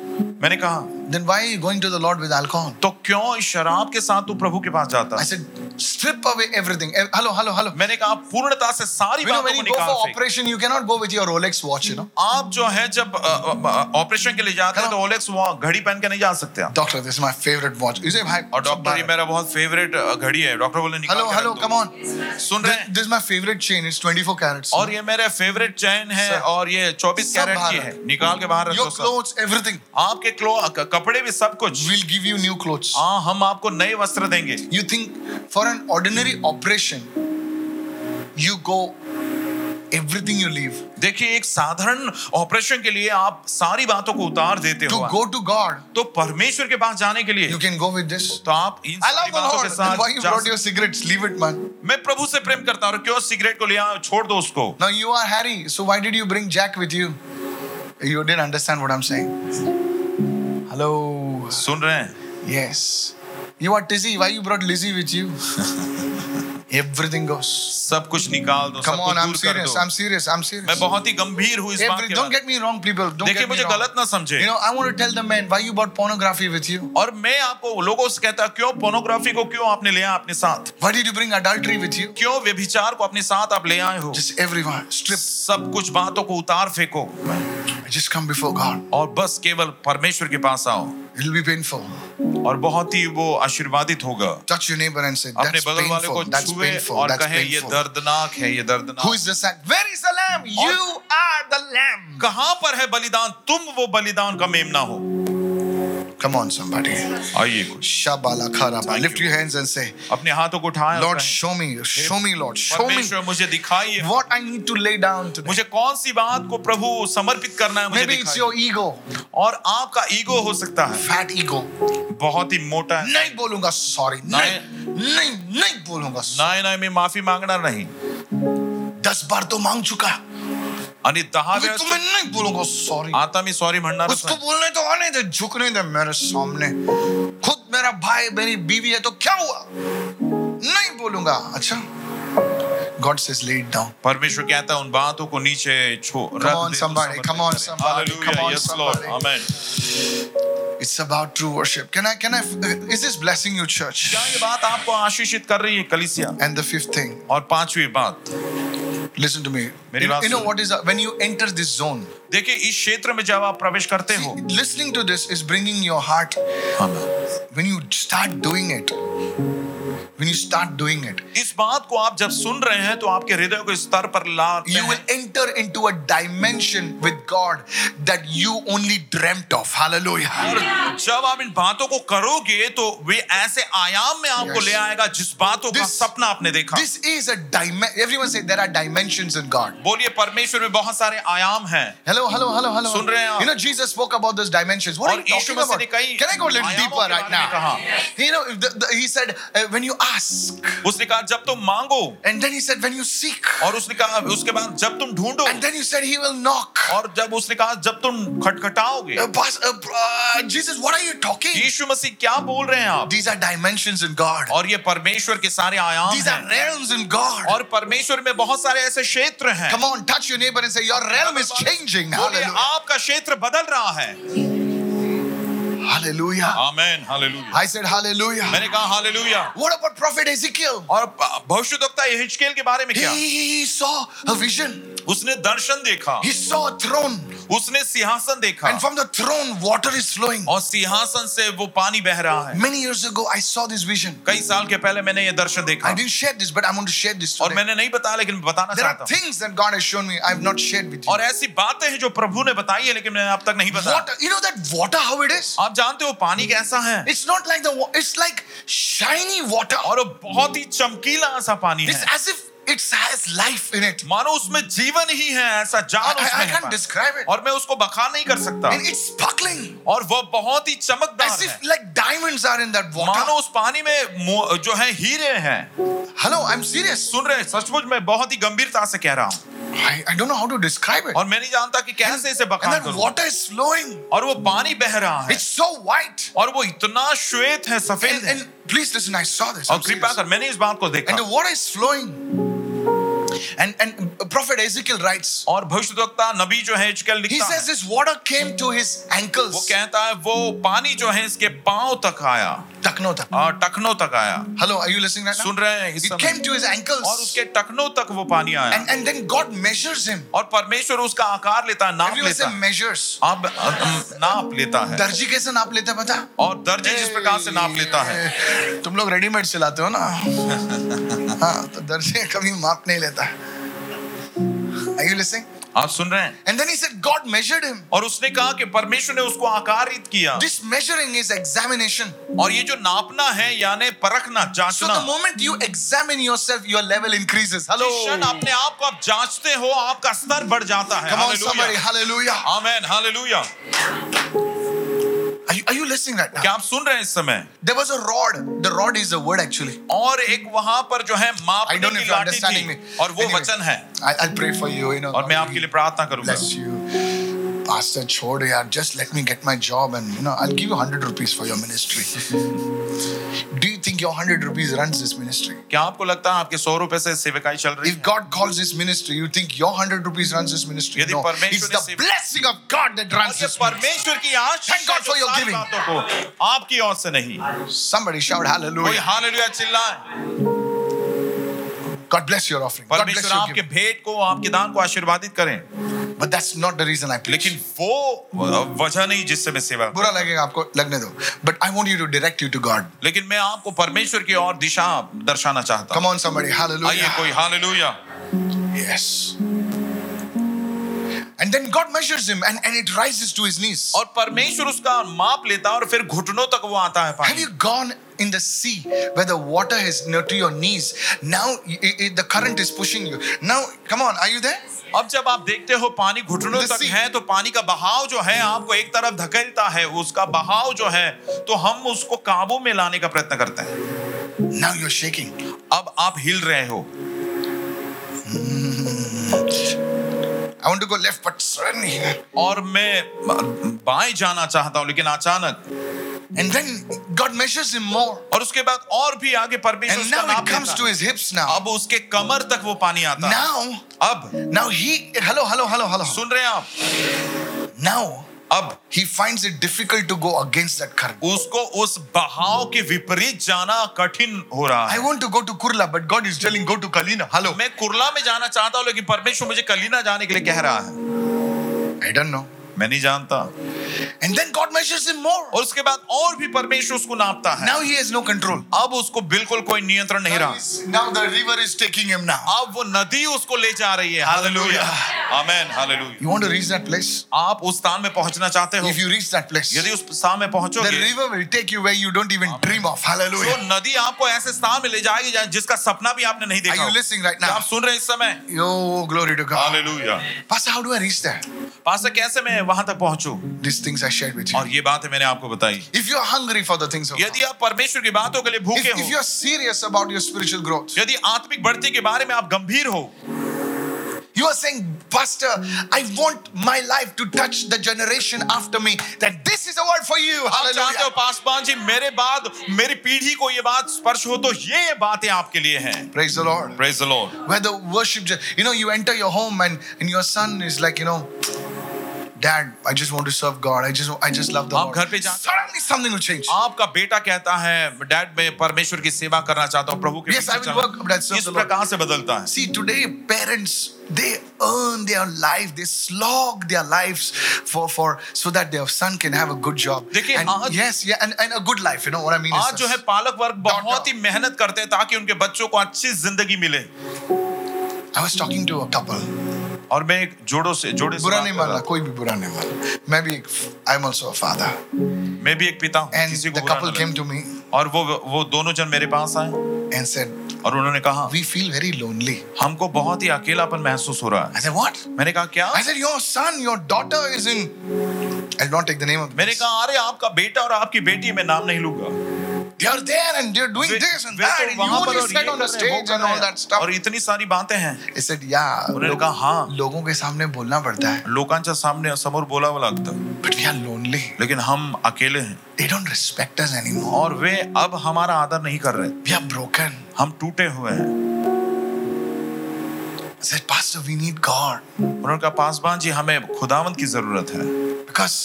S2: मैंने कहा
S1: Then why are you going to the Lord with alcohol?
S2: तो क्यों इस शराब के साथ तू प्रभु के पास जाता
S1: I said, Strip away everything. Eh, Hello, hello, hello.
S2: मैंने कहा आप पूर्णता से सारी
S1: You know, when
S2: बातों को
S1: you go
S2: निकाल
S1: for
S2: फेंक।
S1: operation, you cannot go with your Rolex watch, you know.
S2: आप जो है जब ऑपरेशन के लिए जाते हैं तो
S1: Hello.
S2: ओलेक्स वहाँ घड़ी पहन के नहीं जा सकते आप
S1: Doctor, this is my favorite watch. You say, Hi.
S2: और डॉक्टर ये मेरा बहुत फेवरेट घड़ी है डॉक्टर बोले निकाल
S1: Hello,
S2: के रख
S1: hello,
S2: दो।
S1: come on.
S2: सुन रहे
S1: This,
S2: हैं
S1: this is my favorite chain. It's 24 carats.
S2: और ये मेरे फेवरेट चैन है
S1: Sir.
S2: और ये 24
S1: सब
S2: कैरेट की
S1: बाहर
S2: है
S1: रख।
S2: निकाल के बाहर रख
S1: Your
S2: दो सब
S1: clothes, everything.
S2: आपके क्लो क- कपड़े भी सब कुछ
S1: We'll give you new clothes.
S2: हाँ हम आपको नए वस्त्र देंगे
S1: You think for an ordinary operation, you go everything you leave.
S2: देखिए एक साधारण ऑपरेशन के लिए आप सारी बातों को उतार देते
S1: To
S2: हो
S1: go to God,
S2: तो परमेश्वर के पास जाने के लिए
S1: you can go with this.
S2: तो आप इन
S1: I
S2: सारी
S1: love the
S2: बातों
S1: Lord.
S2: के
S1: Then why
S2: साथ
S1: you
S2: जा
S1: brought your cigarettes? Leave it, man.
S2: सकते- मैं प्रभु से प्रेम करता हूँ और क्यों सिगरेट को ले आओ छोड़ दो उसको
S1: Now you are Harry, so why did you bring Jack with you? You didn't understand what I'm saying. Hello.
S2: सुन रहे हैं
S1: Yes. You are Tizzy. Why you brought Lizzie with you? Everything goes.
S2: सब कुछ निकाल दो
S1: Come
S2: सबको
S1: on, I'm
S2: दूर कर
S1: serious.
S2: दो
S1: I'm serious. I'm
S2: मैं
S1: serious.
S2: बहुत ही गंभीर हूँ इस बात
S1: Every,
S2: के
S1: don't
S2: बारे
S1: get me wrong, people.
S2: में।
S1: Don't
S2: देखिए
S1: get me
S2: मुझे
S1: wrong.
S2: गलत ना समझे
S1: You know, I want to tell the men why you bought pornography with you.
S2: और मैं आपको लोगों से कहता क्यों पोर्नोग्राफी को क्यों आपने ले आया अपने साथ
S1: Why did you bring adultery with you?
S2: क्यों व्यभिचार को अपने साथ आप ले आए हो
S1: Just everyone, strip.
S2: सब कुछ बातों को उतार फेंको
S1: Just come before God.
S2: और बस केवल परमेश्वर के पास आओ
S1: It'll be painful.
S2: और बहुत ही वो आशीर्वादित होगा
S1: Touch your neighbor and say,
S2: अपने
S1: That's
S2: बगल वाले को
S1: painful. That's
S2: छुए
S1: painful.
S2: और
S1: That's
S2: कहे ये
S1: painful.
S2: दर्दनाक है ये
S1: Who
S2: दर्दनाक
S1: is the sac? Where is the lamb? You are the lamb.
S2: कहां पर है बलिदान तुम वो बलिदान का मेमना हो
S1: Come on, somebody.
S2: आइए कुछ
S1: Shabala kharaba.
S2: Thank
S1: Lift
S2: you.
S1: your hands and say,
S2: अपने हाथों को उठाएं और
S1: Lord,
S2: कहें,
S1: show me, show me, Lord, show me
S2: परमेश्वर मुझे दिखाइए
S1: what I need to lay down today.
S2: मुझे कौन सी बात को प्रभु समर्पित करना है मुझे
S1: Maybe it's
S2: दिखाइए
S1: your ego,
S2: और आपका ईगो हो सकता है
S1: fat ego.
S2: बहुत ही मोटा है
S1: नहीं बोलूंगा sorry. नहीं, नहीं, नहीं बोलूंगा sorry.
S2: नाय नाय में माफी मांगना नहीं
S1: दस बार तो मांग चुका
S2: आणि दहा
S1: अभी
S2: वेळा
S1: तुम्हें नहीं बोलूंगा सॉरी
S2: आता मी सॉरी म्हणणार
S1: उसको बोलने तो आने दे झुकने दे मेरे सामने खुद मेरा भाई मेरी बीवी है तो क्या हुआ नहीं बोलूंगा अच्छा गॉड सेज लेट डाउन
S2: परमेश्वर कहता है उन बातों को नीचे छो तो
S1: Come on, somebody, come on, somebody, come on, somebody.
S2: Amen
S1: it's about true worship can I can I is this blessing you church
S2: क्या ये बात आपको आशीषित कर रही है कलिसिया
S1: And the fifth thing,
S2: और पांचवी बात
S1: listen to me.
S2: मेरी
S1: You know,
S2: बात
S1: you know
S2: सुनो।
S1: what is uh, when you enter this zone,
S2: देखिए इस क्षेत्र में जब आप प्रवेश करते हो
S1: listening to this is bringing your heart. When you start doing it, when you start doing it,
S2: इस बात को आप जब सुन रहे हैं तो आपके हृदय को इस स्तर पर ला
S1: you will enter into a dimension with God that you only dreamt of. Hallelujah.
S2: और जब आप इन बातों को करोगे तो वे ऐसे आयाम में आपको
S1: Yes.
S2: ले आएगा जिस बातों का
S1: This-
S2: सपना आपने देखा
S1: This is a dimension. Everyone say there are dimensions in God.
S2: बोलिए परमेश्वर में बहुत सारे आयाम हैं
S1: Hello, hello, hello, hello.
S2: सुन रहे हैं आप?
S1: You know, Jesus spoke about those dimensions. What are
S2: और
S1: you talking
S2: यीशु मसीह
S1: about?
S2: ने कई
S1: Can I go a little
S2: आयामों
S1: deeper
S2: के
S1: right
S2: बारे में
S1: now? You know, the, the, he said, uh, when you ask,
S2: उसने कहा जब तुम मांगो
S1: and then he said, when you seek,
S2: और उसने कहा उसके बाद जब तुम ढूंढो
S1: and then you said, he will knock.
S2: और जब उसने कहा जब तुम खटखटाओगे
S1: Uh, pas- uh, uh, Jesus, what are you talking?
S2: यीशु मसीह क्या बोल रहे हैं आप
S1: These are dimensions in God.
S2: और ये परमेश्वर के सारे आयाम
S1: These are
S2: हैं
S1: realms in God.
S2: और परमेश्वर में बहुत सारे ऐसे क्षेत्र हैं
S1: Come on, touch your neighbor and say, Your realm is changing.
S2: बोलिए
S1: Hallelujah.
S2: आपका क्षेत्र बदल रहा है
S1: Hallelujah.
S2: Amen hallelujah
S1: I said, Hallelujah.
S2: मैंने कहा hallelujah
S1: What about Prophet Ezekiel?
S2: और भविष्यद्वक्ता यहेजकेल के बारे में
S1: He,
S2: क्या
S1: he- he saw a vision,
S2: उसने दर्शन देखा
S1: he saw a throne,
S2: उसने सिंहासन देखा
S1: And from the throne, water is flowing.
S2: और सिंहासन से वो पानी बह रहा है
S1: Many years ago, I saw this vision.
S2: कई साल के पहले मैंने ये दर्शन देखा
S1: I didn't share this, but I'm going to share this
S2: और
S1: today.
S2: मैंने नहीं बताया लेकिन बताना
S1: There are
S2: चाहता हूँ
S1: things that God has shown me I've not shared with you.
S2: और ऐसी बातें हैं जो प्रभु ने बताई है लेकिन मैंने आप तक नहीं बताया
S1: Water, you know that water, how it is?
S2: आप जानते हो पानी कैसा है
S1: It's not like the wa- it's like shiny water.
S2: और वो बहुत ही चमकीला सा पानी
S1: It's
S2: है
S1: as if it has life in it.
S2: मानो उसमें जीवन ही है ऐसा
S1: I,
S2: जान
S1: I-
S2: उसमें
S1: I
S2: है
S1: can't
S2: पानी।
S1: describe it.
S2: और मैं उसको बखा नहीं कर सकता
S1: And it's sparkling.
S2: और वो बहुत ही
S1: As
S2: चमकदार है
S1: if like diamonds are in that
S2: मानो
S1: water.
S2: उस पानी में मो- जो है हीरे हैं
S1: Hello, I'm serious.
S2: सुन रहे हैं, सचमुच मैं बहुत ही गंभीरता से कह रहा हूँ
S1: I, I don't know how to describe it.
S2: और मैं नहीं जानता कि कैसे इसे
S1: And
S2: बखान
S1: that
S2: करूं
S1: water is flowing.
S2: और वो पानी बह रहा है
S1: It's so white.
S2: और वो इतना श्वेत है
S1: And,
S2: सफेद है
S1: and please listen, I saw this.
S2: और
S1: I'm
S2: कृपा
S1: serious.
S2: कर मैंने इस बात को देखा
S1: And the water is flowing. And and Prophet Ezekiel writes.
S2: और भविष्यद्वक्ता नबी जो है इजकेल
S1: He
S2: लिखता है
S1: says this water came to his
S2: वो
S1: ankles.
S2: कहता है वो पानी जो है इसके पांव तक आया
S1: Takno tak.
S2: और टखनों तक आया
S1: Hello, are you listening right now?
S2: सुन रहे हैं इस
S1: It
S2: समय
S1: came to his
S2: और
S1: ankles.
S2: उसके टखनों तक वो पानी आया
S1: And, and then God measures him.
S2: और परमेश्वर उसका आकार लेता है नाप
S1: Everyone
S2: लेता
S1: say
S2: है
S1: measures.
S2: अब अब नाप लेता है
S1: दर्जी कैसे नाप लेते हैं पता
S2: और दर्जे जिस प्रकार से नाप लेता है
S1: तुम लोग रेडीमेड सिलाते हो ना हाँ तो दर्जी कभी माप नहीं लेता है Are you listening?
S2: आप सुन रहे हैं
S1: And then he said, God measured him.
S2: और उसने कहा कि परमेश्वर ने उसको आकारित किया
S1: This measuring is examination.
S2: और ये जो नापना है यानी परखना
S1: So
S2: जांचना
S1: the moment you examine yourself, your level increases. Hello.
S2: जिस क्षण अपने आप को आप जांचते हो आपका स्तर बढ़ जाता है
S1: Come on, somebody.
S2: हालेलुया
S1: Hallelujah.
S2: आमेन हालेलुया
S1: Are you, are you listening right now?
S2: क्या आप सुन रहे हैं इस समय
S1: There was a rod. The rod is a word actually.
S2: और एक वहां पर जो है
S1: I
S2: मापने
S1: don't know
S2: की
S1: if you're
S2: लाठी
S1: understanding
S2: थी
S1: me.
S2: और वो
S1: Anyway.
S2: वचन है
S1: I, I'll pray for you. You know.
S2: और मैं आपके लिए प्रार्थना करूंगा
S1: Bless you. Pastor, छोड़ यार. Just let me get my job and you know I'll give you hundred rupees for your ministry. Do you think your hundred rupees runs this ministry?
S2: क्या आपको लगता है आपके सौ रुपए से सेविकाई चल रही
S1: If
S2: है
S1: God calls this ministry, you think your hundred rupees runs this ministry?
S2: यदि
S1: No,
S2: परमेश्वर
S1: it's
S2: ने
S1: the
S2: सेव-
S1: blessing of God that
S2: और
S1: runs
S2: ये
S1: this. ministry.
S2: परमेश्वर की आशीष
S1: Thank God
S2: है जो
S1: for your
S2: सारी
S1: giving.
S2: बातों को आपकी ओर से नहीं
S1: Somebody shout
S2: कोई
S1: hallelujah.
S2: हालेलुया चिल्लाए
S1: God bless your offering. God bless
S2: परमेश्वर
S1: your
S2: आपके
S1: giving.
S2: भेंट को आपके दान को आशीर्वादित करें
S1: But that's not the reason I preach.
S2: लेकिन वो वजह नहीं जिससे मैं सेवा
S1: बुरा लगेगा आपको लगने दो. But I want you to direct you to God.
S2: लेकिन मैं आपको परमेश्वर की ओर दिशा दर्शाना चाहता
S1: Come
S2: हूँ
S1: on, somebody.
S2: आइए
S1: Hallelujah.
S2: कोई hallelujah
S1: Yes. And then God measures him and, and it rises to his knees.
S2: और परमेश्वर उसका माप लेता है और फिर घुटनों तक वो आता है
S1: Have
S2: पानी
S1: you gone in the sea where the water is near to your knees? Now i i the current is pushing you. Now, come on, are you there?
S2: अब जब आप देखते हो पानी घुटनों
S1: The
S2: तक
S1: sea.
S2: है तो पानी का बहाव जो है आपको एक तरफ धकेलता है उसका बहाव जो है तो हम उसको काबू में लाने का प्रयत्न करते हैं
S1: Now you're shaking.
S2: अब आप हिल रहे हो
S1: I want to go left, but suddenly.
S2: और मैं बाएं जाना चाहता हूं लेकिन अचानक
S1: And then God measures him more.
S2: और उसके बाद और भी आगे परमेश्वर
S1: And
S2: उसका
S1: now it
S2: नाप
S1: comes
S2: लेता
S1: to
S2: है।
S1: his hips now.
S2: अब उसके कमर तक वो पानी आता है
S1: Now,
S2: अब
S1: now he, hello, hello, hello, hello.
S2: सुन रहे हैं आप
S1: Now
S2: अब
S1: he finds it difficult to go against that current.
S2: उसको उस बहाव के विपरीत जाना कठिन हो रहा
S1: I
S2: है
S1: want to go to Kurla, but God is telling go to Kalina. Hello.
S2: मैं कुरला में जाना चाहता हूँ लेकिन परमेश्वर मुझे कलीना जाने के लिए कह रहा है
S1: I don't know.
S2: मैं नहीं जानता
S1: And then God measures him more.
S2: और उसके बाद और भी परमेश्वर उसको नापता है
S1: Now he has no control.
S2: अब उसको बिल्कुल कोई नियंत्रण नहीं
S1: Now,
S2: रहा
S1: he's- now the river is taking him now.
S2: अब वो नदी उसको ले जा रही है hallelujah amen hallelujah
S1: You want to reach that place?
S2: आप उस स्थान में पहुंचना चाहते हो
S1: If you reach that place,
S2: यदि
S1: the
S2: उस स्थान में पहुंचोगे
S1: river will take you where you don't even dream of.
S2: तो
S1: Hallelujah.
S2: नदी आपको ऐसे स्थान में ले जाएगी जहाँ- जिसका सपना भी आपने नहीं
S1: Are
S2: देखा
S1: you
S2: होगा।
S1: listening right
S2: क्या आप
S1: now?
S2: सुन रहे हैं इस समय
S1: Oh, glory to God.
S2: Hallelujah
S1: Pastor, how do I reach there?
S2: Pastor कैसे मैं वहां तक पहुंचू
S1: These things I shared with you.
S2: और ये बात है मैंने आपको बताई
S1: If you're hungry for the things of God,
S2: यदि आप परमेश्वर की बातों के लिए
S1: if,
S2: भूखे
S1: if
S2: हो
S1: you're serious about your spiritual growth,
S2: यदि आत्मिक बढ़ती के बारे में आप गंभीर हो
S1: you are saying, Pastor, I want my life to touch the generation after me. That this is a word for you.
S2: आप जानते हो
S1: Hallelujah.
S2: पासवान जी मेरे बाद मेरी पीढ़ी को ये बात स्पर्श हो तो ये बातें आपके लिए हैं
S1: Praise the Lord.
S2: Praise the Lord
S1: where the worship ju- you know you enter your home and and your son is like you know dad i just want to serve god i just i just love the
S2: आप
S1: lord
S2: घर पे जा-
S1: suddenly something will change
S2: आपका बेटा कहता है dad मैं परमेश्वर की सेवा करना चाहता हूँ प्रभु के
S1: Yes,
S2: पीछे
S1: I will
S2: चलना।
S1: work, but that's not
S2: इस
S1: the Lord.
S2: प्रकार से बदलता है
S1: see today parents they earn their life, they slog their lives for, for so that their son can have a good job.
S2: देखिए,
S1: and
S2: आज-
S1: yes, yeah, and, and a good life. You know what I mean? is
S2: आज जो है
S1: this.
S2: पालक वर्ग बहुत ही मेहनत करते हैं ताकि उनके बच्चों को अच्छी जिंदगी मिले
S1: I was talking to a couple.
S2: और मैं एक जोड़ों से जोड़े
S1: बुरा नहीं मानना कोई भी बुरा नहीं मानना मैं भी आई एम ऑल्सो फादर
S2: मैं भी एक पिता हूँ
S1: एंड
S2: किसी को
S1: द
S2: बुरा
S1: कपल
S2: ना
S1: केम
S2: लगे।
S1: टू मी
S2: और वो वो दोनों जन मेरे पास आए
S1: एंड सेड
S2: और उन्होंने कहा
S1: वी फील वेरी लोनली
S2: हमको बहुत ही अकेलापन महसूस हो रहा है
S1: आई सेड व्हाट
S2: मैंने कहा क्या
S1: I said, Your son, your daughter is in. I'll not take the name of
S2: मैंने
S1: them.
S2: कहा अरे आपका बेटा और आपकी बेटी मैं नाम नहीं लूंगा
S1: They are there and they're doing
S2: way-
S1: this and
S2: way
S1: that.
S2: तो
S1: And you
S2: वहाँ पर
S1: only
S2: और ये
S1: sat on
S2: कर
S1: the
S2: रहे हैं, वो
S1: stage
S2: कर
S1: and
S2: रहे
S1: all
S2: हैं।
S1: that stuff.
S2: और इतनी सारी बातें हैं
S1: I said, Yeah.
S2: उन्होंने
S1: लोग-
S2: कहा हाँ
S1: लोगों के सामने बोलना पड़ता है
S2: लोकांच्या सामने समोर बोलावं लागतं
S1: बट वी आर लोनली
S2: लेकिन हम अकेले हैं
S1: they don't respect us anymore
S2: और वे अब हमारा आदर नहीं कर रहे
S1: वी आर ब्रोकन
S2: हम टूटे हुए हैं
S1: said pastor we need God
S2: उन्होंने कहा पासवान जी हमें खुदावंत की जरूरत है
S1: because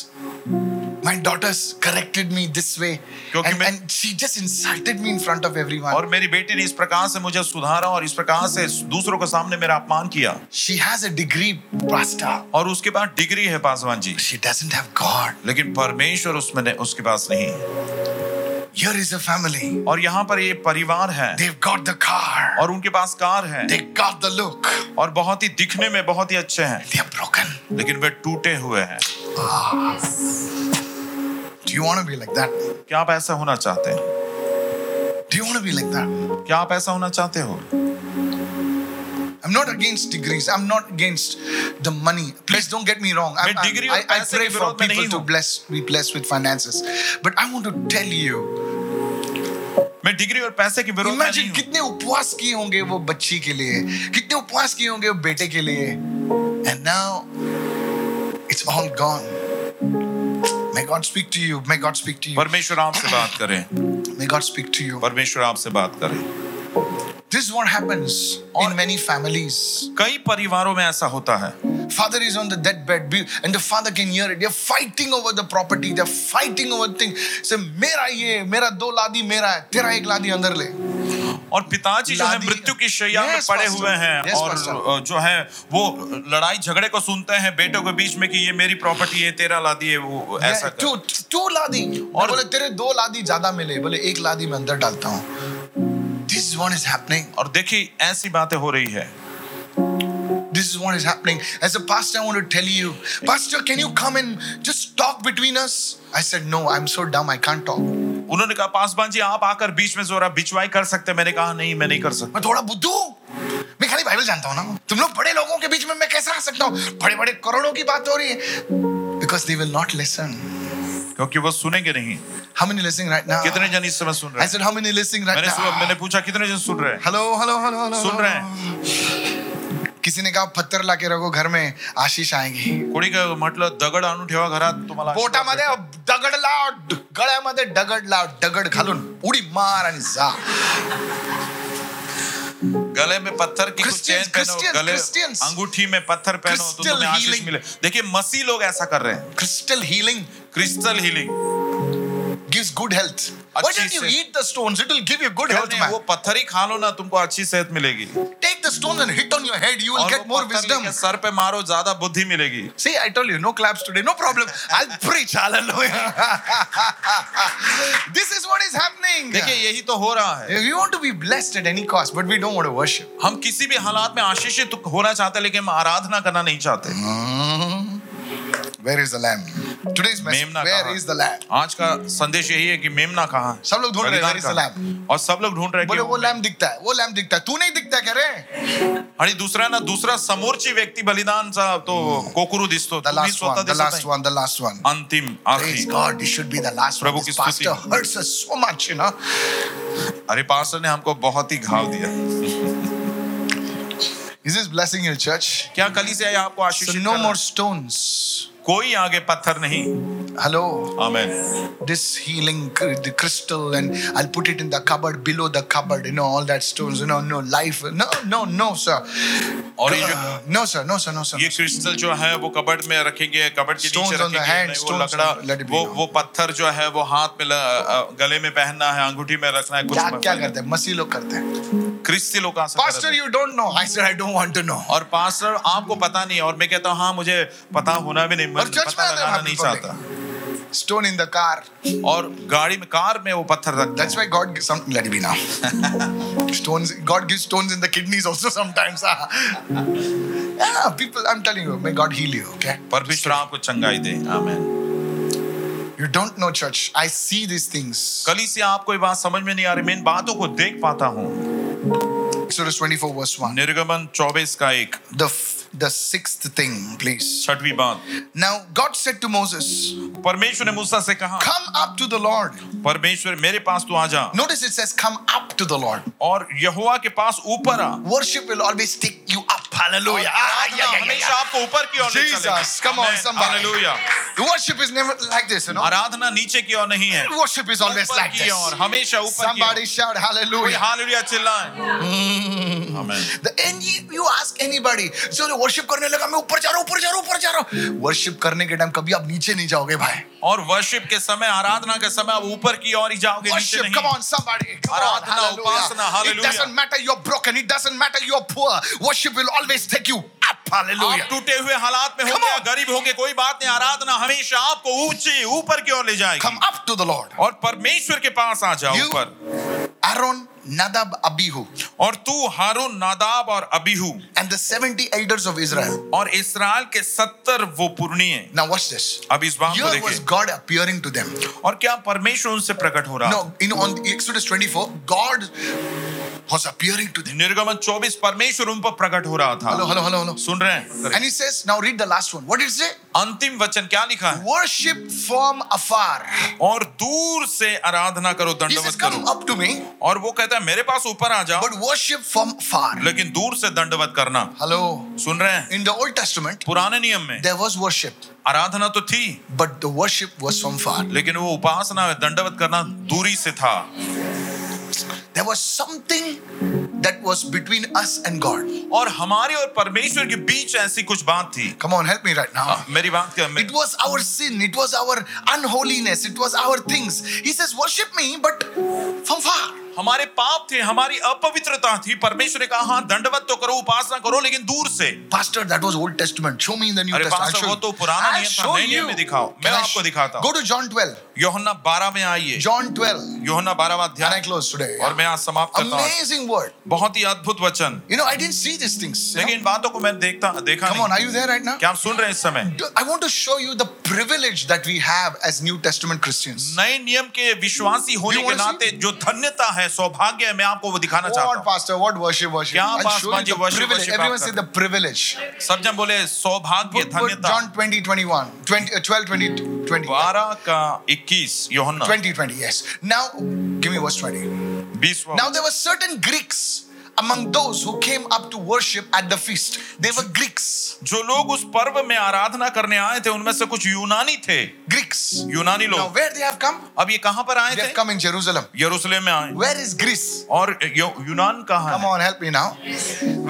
S1: My daughters corrected me this way,
S2: क्योंकि
S1: and,
S2: मैं-
S1: and she just insulted me in front of everyone.
S2: और मेरी बेटी ने इस प्रकार से मुझे सुधारा और इस प्रकार से दूसरों के सामने मेरा अपमान किया
S1: She has a degree, pastor.
S2: और उसके पास डिग्री है Paswan ji
S1: She doesn't have God.
S2: लेकिन परमेश्वर उसमें ने- उसके पास नहीं है
S1: Here is a family.
S2: और यहाँ पर ये परिवार है
S1: They've got the car.
S2: और उनके पास कार है
S1: They got the look.
S2: और बहुत ही दिखने में बहुत ही अच्छे हैं
S1: They are broken.
S2: लेकिन वे टूटे हुए हैं
S1: Do you want to be like that?
S2: क्या आप ऐसा होना चाहते हैं
S1: Do you want to be like that?
S2: क्या आप ऐसा होना चाहते हो
S1: I'm not against degrees. I'm not against the money. Please don't get me wrong. I'm,
S2: मैं degree और
S1: I, I
S2: पैसे के
S1: pray for
S2: विरोध में
S1: people
S2: नहीं
S1: to
S2: हूँ।
S1: bless, be blessed with finances. But I want to tell you,
S2: मैं degree और पैसे के विरोध में नहीं
S1: imagine
S2: हूँ
S1: कितने उपवास किए होंगे वो बच्ची के लिए, कितने उपवास किए होंगे वो बेटे के लिए. And now it's all gone. May God speak to you. May God speak to you.
S2: परमेश्वर आपसे बात करें
S1: May God speak to you.
S2: परमेश्वर आपसे बात करें
S1: This is what happens in many families.
S2: कई परिवारों में ऐसा होता है
S1: Father is on the deathbed, be- and the father can hear it. They're fighting over the property. They're fighting over things. Say, मेरा ये, मेरा दो लादी मेरा है, तेरा एक लादी अंदर ले.
S2: और पिताजी जो है
S1: लादी-
S2: मृत्यु की शैया में
S1: Yes,
S2: पड़े
S1: pastor.
S2: हुए हैं
S1: Yes,
S2: और
S1: pastor.
S2: अ, जो है वो लड़ाई झगड़े को सुनते हैं बेटों के बीच में कि ये मेरी प्रॉपर्टी है तेरा ला दिए वो ऐसा
S1: Yeah, तो-
S2: कर
S1: two, two लादी.
S2: और-
S1: और बोले तेरे दो लादी ज्यादा मिले, बोले एक लादी में अंदर डालता हूँ. This is what is happening.
S2: और देखिए ऐसी बातें हो रही है
S1: This is what is happening. As a pastor, I want to tell you, Pastor, can you come and just talk between us? I said, No, I'm so dumb, I can't talk.
S2: उन्होंने कहा पासवान जी आप आकर बीच में जोरा बिचवाई कर सकते हैं?" मैंने कहा नहीं मैं नहीं कर सकता
S1: मैं थोड़ा बुद्धू हूँ मैं खाली बाइबल जानता हूँ ना तुम लोग बड़े लोगों के बीच में मैं कैसे आ सकता हूँ बड़े बड़े करोड़ों की बात हो रही है because they will not listen
S2: क्योंकि वो सुनेंगे नहीं
S1: how many listening right now
S2: कितने जन इस समय सुन रहे
S1: आई
S2: हैं
S1: सेड हाउ मेनी लिसनिंग
S2: मैंने
S1: राइट
S2: सुबह
S1: नाउ
S2: मैंने पूछा कितने जन सुन रहे हैं
S1: हेलो हेलो हेलो हेलो
S2: सुन रहे हैं
S1: किसी ने कहा पत्थर लाके रखो घर में आशीष आएगी
S2: कोणी काय म्हटलं दगड आणून मतलब, ठेवा घरात तुम्हाला आशीर्वाद
S1: पोटामध्ये दगड लाव गळ्यामध्ये दगड लाव दगड घालून उडी मार आणि जा
S2: भेटेल. गले में पत्थर की कुछ चेन
S1: Christians,
S2: पहनो
S1: Christians,
S2: गले
S1: Christians.
S2: अंगूठी में पत्थर पहनो तो
S1: Crystal
S2: तुम्हें आशीष
S1: healing.
S2: मिले देखिए मसीह लोग ऐसा कर रहे हैं
S1: crystal healing
S2: crystal healing
S1: gives good health Why
S2: अच्छी
S1: don't you
S2: सेहत।
S1: eat the stones? It will give you good health, man.
S2: वो पत्थर ही खा लो ना तुमको अच्छी सेहत मिलेगी
S1: Take the stones and hit on your head. You will
S2: और
S1: get
S2: वो
S1: more
S2: पत्थर
S1: wisdom.
S2: लेके सर पे मारो ज्यादा बुद्धि मिलेगी
S1: See, I told you, no claps today, no problem. I'll preach. Hallelujah. this is what is happening.
S2: देखिए यही तो हो रहा है
S1: We want to be blessed at any cost, but we don't want to worship.
S2: हम किसी भी हालात में आशीषित तो होना चाहते हैं लेकिन हम आराधना करना नहीं चाहते
S1: Where is the lamb? Today's message.
S2: मेमना
S1: Where
S2: कहाँ?
S1: is the lamb?
S2: आज का संदेश यही है कि मेमना कहाँ है
S1: सब लोग ढूंढ रहे हैं, where
S2: बलिदान
S1: is the
S2: कहाँ है? और सब लोग ढूंढ रहे हैं
S1: बोले
S2: कि
S1: वो लैम दिखता है वो लैम दिखता है तू नहीं दिखता कह रहे
S2: आणि दुसरा ना दुसरा समोरची व्यक्ती बलिदानचा तो
S1: Hmm.
S2: कोकरू दिसतो
S1: द
S2: तुम्ही
S1: लास्ट वन
S2: स्वतः
S1: द
S2: दिसत
S1: लास्ट
S2: नाही.
S1: वन द लास्ट वन
S2: अंतिम
S1: Praise
S2: आखिरी
S1: God, you should be the last
S2: प्रभु
S1: one. This
S2: की स्तुति
S1: pastor hurts us so much, you know.
S2: अरे पास्टर ने हमको बहुत ही घाव दिया
S1: Is this blessing your church?
S2: क्या कलीसिया ये आपको
S1: So
S2: आशीष
S1: no more stones.
S2: कोई आगे पत्थर नहीं
S1: Hello,
S2: आमेन
S1: this healing, cr- the crystal, and I'll put it in the cupboard below the cupboard, you know, all that stones, you know, no life. No, no, no, sir.
S2: और ये जो
S1: Uh, no, sir, no, sir, no, sir.
S2: ये crystal जो है वो cupboard में रखेंगे cupboard के
S1: Stones
S2: नीचे
S1: on the
S2: रखेंगे
S1: hand,
S2: नहीं, वो
S1: stones
S2: Lakra
S1: on- let it be
S2: वो
S1: known.
S2: वो पत्थर जो है वो हाथ में ल- अ, गले में पहनना है अंगूठी में रखना है कुछ
S1: क्या
S2: में
S1: क्या
S2: पहनना
S1: करते हैं मसी लोग करते हैं
S2: है। क्रिस्ती लोग कहाँ से करते
S1: Pastor,
S2: हैं?
S1: you don't know. I said, I don't want to know.
S2: और पास्टर आपको पता नहीं है और मैं कहता हूँ हाँ मुझे पता होना भी नहीं मैं
S1: और church में
S2: पता
S1: आना
S2: लगाना
S1: भी
S2: नहीं
S1: public.
S2: चाहता
S1: Stone in the car.
S2: और गाड़ी में कार में वो पत्थर रखता
S1: That's why God gives something. Let it be now. stones. God gives stones in the kidneys also sometimes. ah. yeah, people. I'm telling you, may God heal you. Okay.
S2: परमेश्वर आपको चंगाई दे आमेन
S1: You don't know church. I see these things.
S2: कल से आपको ये बात समझ में नहीं आ रही मैं इन बातों को देख पाता हूँ
S1: Exodus 24 verse 1.
S2: निर्गमन चौबीस का एक
S1: The f- the sixth thing, please.
S2: छठवीं बात
S1: Now God said to Moses,
S2: परमेश्वर ने मूसा से कहा
S1: "Come up to the Lord."
S2: परमेश्वर मेरे पास तू आ जा
S1: Notice it says, "Come up to the Lord."
S2: और यहोवा के पास ऊपर आ
S1: Worship will always take you up. Hallelujah. Ah, yeah, yeah, yeah,
S2: हमेशा
S1: yeah.
S2: आपको ऊपर की ओर ले
S1: Jesus,
S2: चलेगा।
S1: come on,
S2: Amen.
S1: somebody.
S2: Hallelujah.
S1: Worship is never like this, you know.
S2: आराधना नीचे की ओर नहीं है
S1: Worship is always
S2: ऊपर
S1: like
S2: की ओर
S1: this.
S2: हमेशा ऊपर की
S1: Somebody
S2: ओर
S1: shout
S2: कोई
S1: hallelujah.
S2: हालेलुया चिल्लाए
S1: Hmm।
S2: आमेन
S1: The, and you, you ask anybody, so worship करने लगा मैं ऊपर जा रहा हूँ ऊपर जा रहा हूँ ऊपर जा रहा हूँ worship करने के टाइम कभी आप नीचे नहीं जाओगे भाई
S2: और वर्शिप के समय आराधना के समय आप ऊपर की ओर ही जाओगे नीचे
S1: worship
S2: नहीं
S1: come on somebody come on
S2: Aradhana, Upasana,
S1: hallelujah it
S2: hallelujah.
S1: doesn't matter you're broken it doesn't matter you're poor worship will always take you up
S2: आप
S1: hallelujah
S2: टूटे हुए हालात में
S1: Come
S2: होंगे या
S1: on.
S2: गरीब होंगे कोई बात नहीं आराधना हमेशा आपको ऊंची ऊपर की ओर ले
S1: come
S2: जाएगी
S1: up to the Lord
S2: और परमेश्वर के पास आ जाओ
S1: You-
S2: ऊपर
S1: Aaron Nadab Abihu
S2: और तू हारून नादाब और अबीहू
S1: and the 70 elders of Israel
S2: और इसराइल के सत्तर वो पुरनिये
S1: now watch this
S2: अब इस बात को
S1: here was
S2: देखिए
S1: God appearing to them
S2: और क्या परमेश्वर उनसे प्रकट हो रहा
S1: No, in on Exodus 24, God was appearing to them.
S2: निर्गमन 24 परमेश्वर उन पर प्रकट हो रहा
S1: Hello,
S2: था
S1: hello, hello, hello.
S2: सुन रहे हैं
S1: And he says, now read the last one. What did it say?
S2: अंतिम वचन क्या लिखा है
S1: Worship from afar.
S2: और दूर से आराधना करो
S1: He says,
S2: दंडवत
S1: come
S2: करो
S1: up to me,
S2: और वो कहता है मेरे पास ऊपर आ जाओ
S1: but worship from far.
S2: लेकिन दूर से दंडवत करना
S1: Hello.
S2: सुन रहे हैं
S1: In the Old Testament,
S2: पुराने नियम में
S1: there was worship,
S2: आराधना तो थी
S1: but the worship was from far.
S2: लेकिन वो उपासना में दंडवत करना दूरी से था
S1: There was something that was between us and God.
S2: और हमारे और परमेश्वर के बीच ऐसी कुछ बात थी
S1: Come on, help me right now.
S2: मेरी बात क्या
S1: It was our sin, it was our unholiness, it was our things. He says, worship me, but from far.
S2: हमारे पाप थे हमारी अपवित्रता थी परमेश्वर ने कहा हाँ दंडवत तो करो उपासना करो लेकिन दूर से
S1: Pastor, that was Old Testament. Show me in the New
S2: अरे
S1: Testament. I'll
S2: पास्टर
S1: show
S2: वो
S1: you.
S2: तो पुराना
S1: I'll
S2: नियम था,
S1: show
S2: नए नियम
S1: you.
S2: में दिखाओ। मैं
S1: Can I
S2: आपको
S1: sh-
S2: दिखाता हूँ।
S1: Go to John 12.
S2: योहन्ना 12 में आइए
S1: John 12.
S2: योहन्ना 12वां
S1: Can I
S2: अध्याय
S1: close today?
S2: और मैं आज समाप्त करता हूँ
S1: Amazing word.
S2: बहुत ही अद्भुत वचन
S1: You know, I didn't see these things. you know.
S2: लेकिन इन बातों को मैं देखता देखा
S1: Come
S2: नहीं
S1: on, are you there right now?
S2: क्या आप सुन रहे हैं इस समय
S1: Do- I want to show you the privilege that we have as New Testament Christians.
S2: नए नियम के विश्वासी होने
S1: You
S2: के
S1: wanna
S2: नाते जो धन्यता है सौभाग्य है मैं आपको वो दिखाना चाहता
S1: What,
S2: हूँ
S1: Pastor? What worship, worship?
S2: क्या
S1: I'll
S2: पास-
S1: show you
S2: पाजी,
S1: the
S2: worship,
S1: privilege.
S2: worship
S1: Everyone
S2: आप
S1: say
S2: करते
S1: the privilege.
S2: सब जन बोले सौभाग्य
S1: Put, put
S2: धन्यता
S1: John 20, 21. 20, uh, 12,
S2: Hmm.
S1: 20, 20.
S2: 12 का 21 योहन्ना
S1: 20, 20, yes. Now, give me verse 20.
S2: 20
S1: Now there were certain Greeks among those who came up to worship at the feast. They were Greeks.
S2: जो लोग उस पर्व में आराधना करने आए थे उनमें से कुछ यूनानी थे
S1: Greeks.
S2: यूनानी
S1: Now
S2: लोग
S1: where they have come?
S2: अब ये कहाँ पर आए
S1: They have
S2: थे
S1: come in Jerusalem.
S2: यरूशलेम में आए
S1: Where is Greece?
S2: और यू- यूनान कहाँ
S1: Come
S2: है
S1: on, help me now.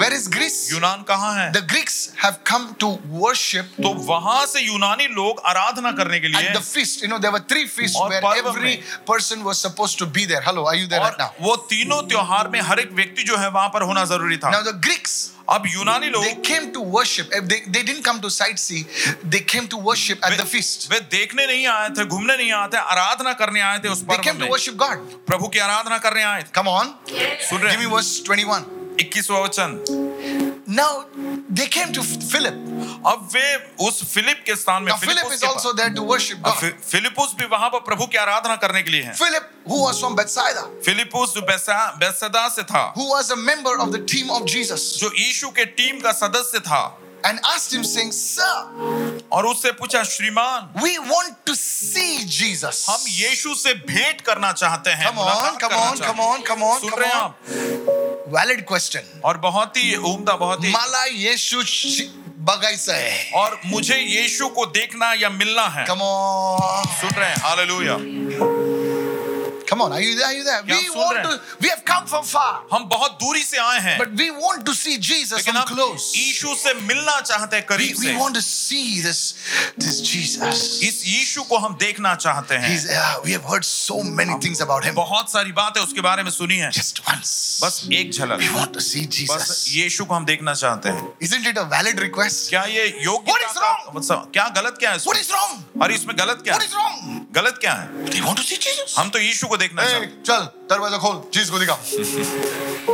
S1: Where is Greece?
S2: यूनान कहाँ है
S1: The Greeks have come to worship
S2: तो वहां से यूनानी लोग आराधना करने के लिए
S1: at the feast. You know, there were three feasts
S2: और
S1: where
S2: पर्व
S1: every
S2: में।
S1: person was supposed to be there. Hello, are you there
S2: और
S1: right now?
S2: वो तीनों त्योहार में हर एक व्यक्ति जो है वहां पर होना जरूरी था
S1: Now the Greeks,
S2: अब यूनानी
S1: they
S2: लोग
S1: came to worship. If They, they didn't come to sightsee. They came to worship at the feast.
S2: वे देखने नहीं आए थे घूमने नहीं आए थे आराधना करने आए थे उस
S1: They
S2: पर्व
S1: came
S2: में
S1: to worship God.
S2: प्रभु की आराधना करने आए थे
S1: Come on.
S2: सुन रहे
S1: Give me
S2: हैं
S1: verse 21.
S2: 21वां वचन
S1: Now they came to Philip.
S2: अब वे उस फिलिप के स्थान में
S1: Now Philip
S2: फिलिपुस
S1: is
S2: के पास-
S1: also there to worship
S2: अब
S1: God.
S2: फि- फिलिपुस भी वहां पर प्रभु की आराधना करने के लिए है
S1: Philip, who was from Bethsaida,
S2: Philip जो बैसा- बैतसैदा से था
S1: who was a member of the team of Jesus,
S2: जो यीशु के टीम का सदस्य था
S1: and asked him, saying, Sir,
S2: और उससे पूछा श्रीमान
S1: we want to see
S2: हम
S1: Jesus.
S2: यीशु से भेंट करना चाहते हैं
S1: Come on,
S2: मुलाकात
S1: come
S2: करना
S1: on,
S2: चाहते
S1: come on,
S2: हैं।
S1: come on,
S2: सुन
S1: come
S2: रहे हैं
S1: on.
S2: आप
S1: Valid question.
S2: और बहुत ही उम्दा बहुत ही
S1: Mala Yeshu shi- bagaisa hai.
S2: और मुझे यीशु को देखना या मिलना है
S1: Come on.
S2: सुन रहे हैं hallelujah
S1: Come on, are you there? Are you there?
S2: क्या आप
S1: We
S2: सुन
S1: want
S2: रहे हैं?
S1: to, we have come from far,
S2: हम बहुत दूरी से आए हैं
S1: but we want to see Jesus
S2: लेकिन
S1: from
S2: हम
S1: close.
S2: यीशु से मिलना चाहते हैं
S1: We,
S2: करीब
S1: we
S2: से
S1: want to see this, this Jesus.
S2: इस यीशु को हम देखना चाहते हैं
S1: He's, yeah, we have heard so many things about him.
S2: बहुत सारी बातें उसके बारे में सुनी है
S1: Just once.
S2: बस एक
S1: We
S2: झलक
S1: want to see
S2: बस
S1: Jesus.
S2: यीशु को हम देखना चाहते हैं
S1: Isn't it a valid request?
S2: क्या ये योग्य
S1: What is wrong?
S2: मतलब क्या गलत क्या है
S1: What
S2: इसमें?
S1: is wrong?
S2: अरे इसमें गलत क्या
S1: What
S2: है
S1: is wrong?
S2: गलत क्या है
S1: They want to see Jesus.
S2: हम तो यीशु को देखना चाहते
S1: Hey, चल दरवाजा खोल चीज को दिखा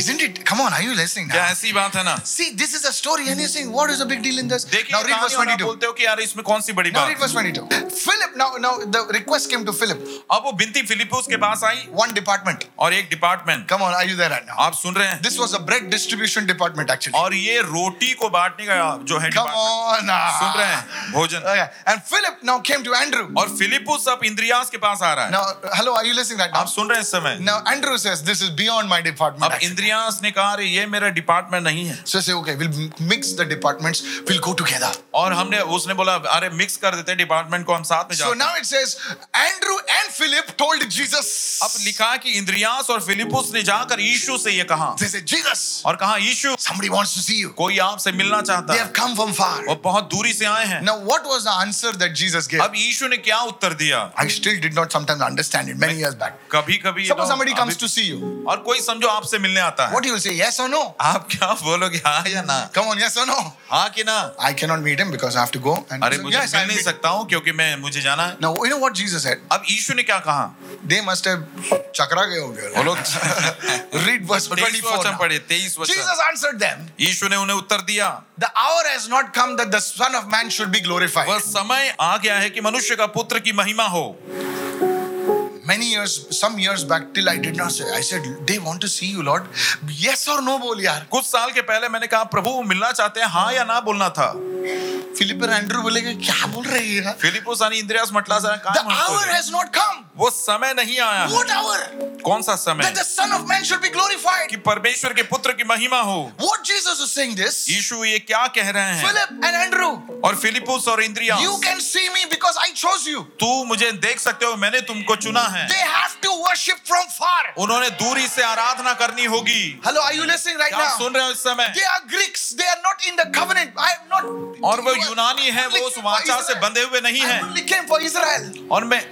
S1: Isn't it? Come on, are you listening
S2: हैं। क्या
S1: now?
S2: ऐसी बात है ना
S1: See, this is a story, and you're saying, what is the big deal in this?
S2: देखिए
S1: Now
S2: ये
S1: read verse
S2: कहानी और आप
S1: 22.
S2: बोलते हो कि यार इसमें कौन सी बड़ी
S1: Now read
S2: बात
S1: verse 22. Philip, now, now the request came to Philip.
S2: अब वो बिनती फिलिपुस के पास आई
S1: One department.
S2: और एक department
S1: Come on, are you there right now?
S2: आप सुन रहे हैं
S1: This was a bread distribution department, actually.
S2: और ये रोटी को बांटने का जो है
S1: Come
S2: डिपार्टमेंट
S1: on. ah.
S2: सुन रहे हैं भोजन
S1: Okay. And Philip now came to Andrew.
S2: और फिलिपुस अब इंद्रियास के पास आ रहा है
S1: Now, hello, are you listening right
S2: आप
S1: now?
S2: सुन रहे हैं इस समय
S1: Now, Andrew says, this is beyond my department.
S2: अब
S1: actually."
S2: इंद्रियास ने कहा अरे ये मेरा डिपार्टमेंट नहीं है
S1: So I say, okay, we'll m- mix the departments, we'll go together.
S2: और हमने उसने बोला अरे मिक्स कर देते डिपार्टमेंट को हम साथ में
S1: So
S2: जाते हैं।
S1: now it says, Andrew and Philip told Jesus.
S2: अब लिखा है कि इंद्रियास और फिलिपुस ने जाकर यीशु से ये कहा
S1: They said, Jesus,
S2: और कहा यीशु
S1: somebody wants to see you.
S2: कोई आपसे मिलना चाहता
S1: They
S2: है
S1: have come from far.
S2: और बहुत दूरी से आए हैं
S1: Now, what was the answer that Jesus gave?
S2: अब यीशु ने क्या उत्तर दिया
S1: I still did not sometimes understand it many years back.
S2: कभी कभी
S1: Suppose somebody comes to see you.
S2: और कोई समझो आपसे मिलने आता है
S1: What do you say, yes or no?
S2: आप क्या बोलोगे हाँ या ना
S1: Come on, yes or no?
S2: हाँ कि ना
S1: I cannot meet him because I have to go. And
S2: अरे
S1: so,
S2: मुझे
S1: yes,
S2: मिल
S1: I'll
S2: नहीं
S1: meet him.
S2: सकता हूँ क्योंकि मैं मुझे जाना है
S1: Now, you know what Jesus said?
S2: अब यीशु ने क्या कहा
S1: They must have chakra gaye hoge.
S2: वो लोग
S1: Read verse
S2: 23
S1: 24
S2: वचन
S1: now.
S2: पढ़े 23 वचन
S1: Jesus answered them.
S2: यीशु ने उन्हें उत्तर दिया
S1: The hour has not come that the Son of Man should be glorified.
S2: वह समय आ गया है कि मनुष्य का पुत्र की महिमा हो
S1: Many years, some years back, till I did not say, I said, they want to see you, Lord. Yes or no, bol yaar.
S2: कुछ साल के पहले मैंने कहा प्रभु वो मिलना चाहते हैं हाँ या ना बोलना था
S1: Philip and Andrew बोले कि क्या बोल रहे हैं यार?
S2: फिलिपुस यानी इंद्रियास मटला सरा
S1: The
S2: कहा
S1: hour has not come.
S2: वो समय नहीं आया है
S1: What hour?
S2: कौन सा
S1: That
S2: समय
S1: the Son of Man should be
S2: कि
S1: glorified.
S2: परमेश्वर के पुत्र की महिमा हो
S1: What Jesus is saying this?
S2: यीशु ये क्या कह रहे हैं
S1: Philip and Andrew,
S2: और फिलिपुस और इंद्रियास
S1: you can see me because I chose you.
S2: तू मुझे देख सकते हो मैंने तुमको चुना है
S1: They have to worship from far.
S2: उन्होंने दूरी से आराधना करनी होगी
S1: Hello, are you listening right
S2: क्या आप
S1: now?
S2: सुन रहे हो इस समय
S1: They are Greeks. They are not in the covenant. I am not.
S2: और वो यूनानी है वो उस वाचा से बंधे हुए नहीं
S1: I
S2: है
S1: only came for Israel.
S2: और मैं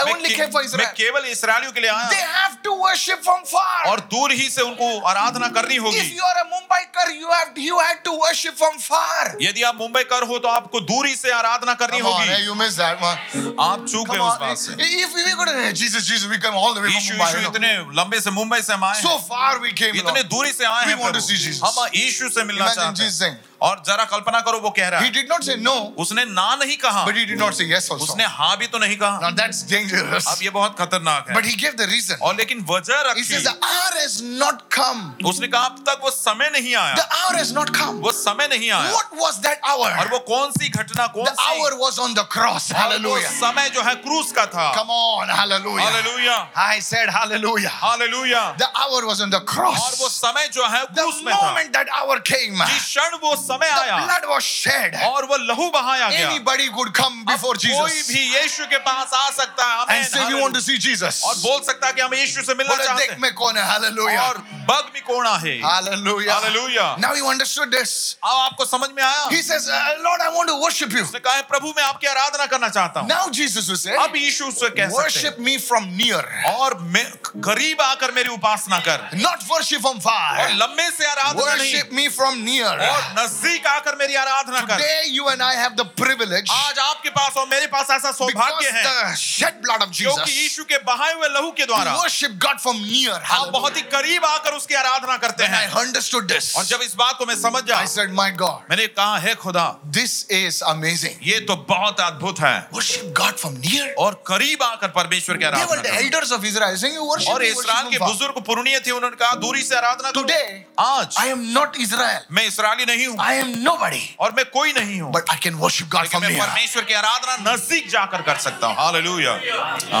S1: I
S2: मैं
S1: only
S2: के-
S1: came for
S2: मैं
S1: Israel.
S2: केवल इसराइलियों के लिए
S1: They
S2: आया
S1: have to worship from far.
S2: और दूर ही से उनको आराधना करनी
S1: If
S2: होगी
S1: you are a Mumbaikar, you have you had to worship from far.
S2: यदि आप मुंबई कर हो तो आपको दूरी से आराधना करनी
S1: hey,
S2: होगी
S1: you missed that one.
S2: आप चूक गए
S1: Come
S2: उस
S1: on.
S2: बात से
S1: If we go to Jesus, Jesus, we come all the way
S2: यीशु
S1: from Mumbai.
S2: यीशु
S1: you know.
S2: इतने लंबे से मुंबई से हम आए
S1: So
S2: हैं
S1: far we came.
S2: इतने
S1: Lord.
S2: दूरी से आए
S1: We
S2: हैं
S1: want to see
S2: Prabhu.
S1: Jesus.
S2: हम यीशु से मिलना
S1: Imagine
S2: चाहते
S1: Jesus
S2: हैं
S1: saying,
S2: और जरा कल्पना करो वो कह रहा
S1: He
S2: है
S1: did not say no,
S2: उसने ना नहीं कहा
S1: but he did not say yes also.
S2: उसने हाँ भी तो नहीं कहा
S1: Now that's
S2: अब
S1: dangerous.
S2: ये बहुत खतरनाक है
S1: But he gave the reason.
S2: और लेकिन वजह
S1: He says the
S2: रखी
S1: hour has not come.
S2: उसने कहा अब तक वो समय नहीं
S1: The
S2: आया
S1: hour has not come.
S2: वो समय नहीं आया
S1: What was that hour?
S2: और वो कौन सी घटना कौन
S1: The
S2: सी
S1: hour was on the cross.
S2: और वो
S1: Hallelujah.
S2: समय जो है क्रूस का था
S1: Come on, hallelujah.
S2: Hallelujah
S1: I said hallelujah.
S2: Hallelujah
S1: The hour was on the
S2: और वो
S1: cross.
S2: समय जो है
S1: The
S2: क्रूस में था
S1: moment that hour came,
S2: जिस
S1: the
S2: क्षण वो समय आया
S1: blood was shed.
S2: और वो लहू बहाया गया
S1: Anybody could come
S2: अब
S1: before
S2: कोई
S1: Jesus
S2: भी यीशु के पास आ सकता है
S1: and
S2: आमीन,
S1: say, We want to see Jesus.
S2: और बोल सकता है कि हम यीशु से मिलना
S1: बोले,
S2: चाहते
S1: "देख
S2: हैं
S1: मैं हाँ, कौन है,
S2: और
S1: hallelujah.
S2: बग भी कोना है अब
S1: Hallelujah.
S2: Hallelujah.
S1: Now you understood this.
S2: आपको समझ में आया
S1: He says, "Uh, Lord, I want to worship you.
S2: उसने कहा है प्रभु मैं आपकी आराधना करना चाहता हूँ
S1: Now Jesus will say,
S2: अब यीशु से कह सकते
S1: Worship me from near.
S2: हैं और मैं करीब आकर मेरी उपासना कर
S1: Not worship from
S2: और
S1: far.
S2: लंबे से आराधना नहीं
S1: Worship me from near.
S2: और नजदीक आकर मेरी आराधना कर
S1: Today you and I have the privilege
S2: आज आपके पास और मेरे पास ऐसा
S1: because
S2: सौभाग्य है
S1: the shed blood of
S2: क्योंकि
S1: Jesus.
S2: यीशु के बहाए हुए लहू के द्वारा
S1: To worship God from near.
S2: आप
S1: Hallelujah.
S2: बहुत ही करीब आकर उसकी आराधना करते
S1: When
S2: हैं
S1: I understood this,
S2: और जब इस बात को मैं समझ
S1: I
S2: जाऊं
S1: said, My God,
S2: मैंने कहा है खुदा
S1: this is amazing.
S2: ये तो बहुत अद्भुत है
S1: Worship God from near.
S2: और करीब आकर परमेश्वर की
S1: They
S2: आराधना
S1: were the
S2: करना।
S1: elders of Oh, Israel saying, You worship,
S2: और
S1: you worship
S2: इसराइल
S1: from
S2: के
S1: far."
S2: बुजुर्ग पुरनीय थे उन्होंने कहा दूरी से आराधना करो
S1: Today,
S2: आज
S1: I am not Israel.
S2: मैं इसराइली नहीं हूँ
S1: I am nobody.
S2: और मैं कोई नहीं हूँ
S1: But I can worship God
S2: लेकिन
S1: from
S2: मैं
S1: near.
S2: परमेश्वर की आराधना नजदीक जाकर कर सकता हूँ hallelujah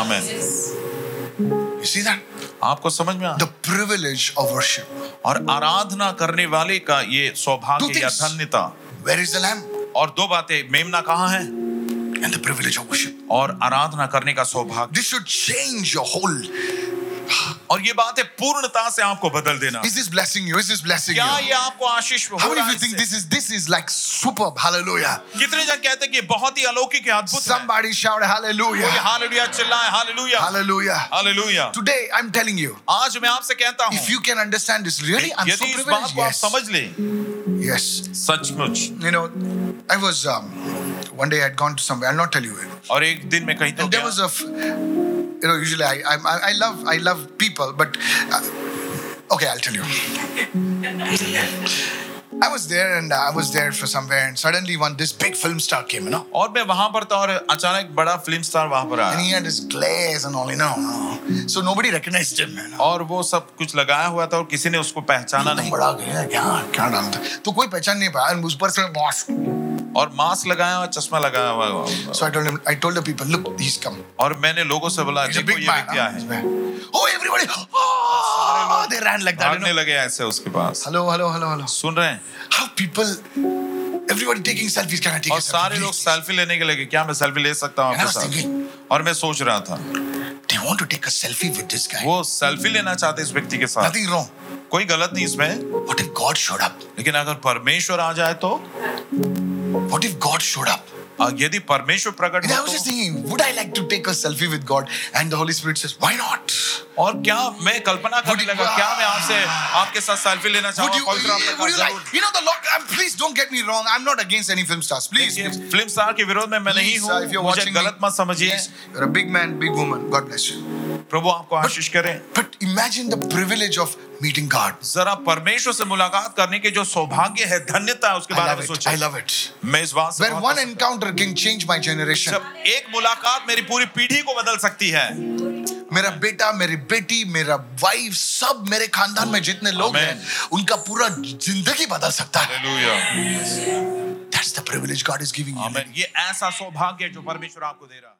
S2: amen
S1: You see that?
S2: आपको समझ में आ
S1: The privilege of worship.
S2: और आराधना करने वाले का ये
S1: Two
S2: सौभाग्य या
S1: things.
S2: धन्यता
S1: Where is the lamb?
S2: और दो बातें मेमना कहाँ है
S1: and the privilege of worship.
S2: और आराधना करने का सौभाग्य
S1: This should change your whole.
S2: और ये बातें पूर्णता से आपको बदल देना
S1: Is this blessing you? Is this blessing you?
S2: क्या ये आपको आशीष हो
S1: How many
S2: रहा
S1: of
S2: है
S1: you think
S2: इससे?
S1: this is this is like superb? Hallelujah.
S2: कितने जन कहते हैं कि ये बहुत ही अलौकिक है अद्भुत है
S1: Somebody shout hallelujah.
S2: हालेलुया चिल्लाए hallelujah
S1: Hallelujah.
S2: Hallelujah
S1: Today I'm telling you,
S2: आज मैं आपसे कहता हूँ
S1: if you can understand this, really I'm so
S2: यदि इस बात
S1: privileged.
S2: को आप
S1: Yes.
S2: समझ लें
S1: yes.
S2: सचमुच
S1: You know, I was um, one day I'd gone to somewhere, I'll not tell you where.
S2: और एक दिन में कहीं तो
S1: And there
S2: गया
S1: was a, f- you know, usually I, I, I love, I love people, but uh, okay, I'll tell you. I was there and uh, I was there for somewhere, and suddenly one this big film star came, you know,
S2: और मैं वहां पर था और अचानक बड़ा film star वहां पर
S1: and
S2: आया
S1: he had his glaze and all, you know, no. so nobody recognized him. You know.
S2: और वो सब कुछ लगाया हुआ था और किसी ने उसको पहचाना
S1: तुम
S2: नहीं
S1: बड़ा गया क्या क्या डालता है? तो कोई पहचान नहीं पाया and उस पर से mask.
S2: और मास्क लगाया और चश्मा लगाया हुआ हुआ।
S1: So I told him, I told the people, look, he's come.
S2: और मैंने लोगों से बोला
S1: He's a
S2: देखो
S1: big
S2: ये
S1: man.
S2: व्यक्ति आया
S1: huh?
S2: है
S1: Oh, everybody! Oh, they ran like that. you
S2: भागने
S1: know.
S2: लगे ऐसे उसके पास
S1: Hello, hello, hello, hello.
S2: सुन रहे हैं
S1: How people, everyone taking selfies. Can I take a
S2: और
S1: selfie?
S2: सारे लोग
S1: please?
S2: सेल्फी लेने के लगे क्या मैं सेल्फी ले सकता हूँ
S1: And I
S2: आपके
S1: was thinking,
S2: साथ और मैं सोच रहा था
S1: They want to take a selfie with this guy.
S2: वो सेल्फी लेना चाहते इस व्यक्ति के साथ
S1: Nothing wrong.
S2: कोई गलत नहीं इसमें
S1: What if God showed up?
S2: लेकिन अगर परमेश्वर आ जाए तो
S1: What if God showed up?
S2: अ, यदि परमेश्वर प्रकट
S1: And I
S2: हो
S1: was just
S2: तो,
S1: thinking, would I like to take a selfie with God? And the Holy Spirit says, why not?
S2: और क्या मैं कल्पना करने
S1: Would you-
S2: लगा क्या मैं आपसे आपके साथ सेल्फी लेना
S1: Would you,
S2: चाहूंगा पवित्र आत्मा का
S1: would you
S2: जरूर।
S1: like, you know, the Lord, um, please don't get me wrong. I'm not against any film stars. Please,
S2: देखिए,
S1: please.
S2: फिल्म स्टार के विरोध में मैं नहीं
S1: Please, sir, if
S2: हूँ
S1: you're
S2: मुझे
S1: watching me,
S2: गलत मत समझिए
S1: please, you're a big man, big woman. God bless you.
S2: प्रभु आपको आशीष करें
S1: But imagine the privilege of meeting God.
S2: जरा परमेश्वर से मुलाकात करने के जो सौभाग्य है धन्यता है उसके
S1: I
S2: बारे में
S1: love it. I
S2: सोचिए
S1: love it.
S2: मैं इस बात से
S1: Where
S2: बहुत
S1: one
S2: प्रसन्न-
S1: encounter can change my generation.
S2: जब एक मुलाकात मेरी पूरी पीढ़ी को बदल सकती है
S1: मेरा बेटा मेरी बेटी मेरा वाइफ सब मेरे खानदान में जितने लोग
S2: Amen.
S1: हैं उनका पूरा जिंदगी बदल सकता है
S2: hallelujah
S1: that's the privilege God is giving you
S2: आमीन ये ऐसा सौभाग्य है जो परमेश्वर आपको दे रहा है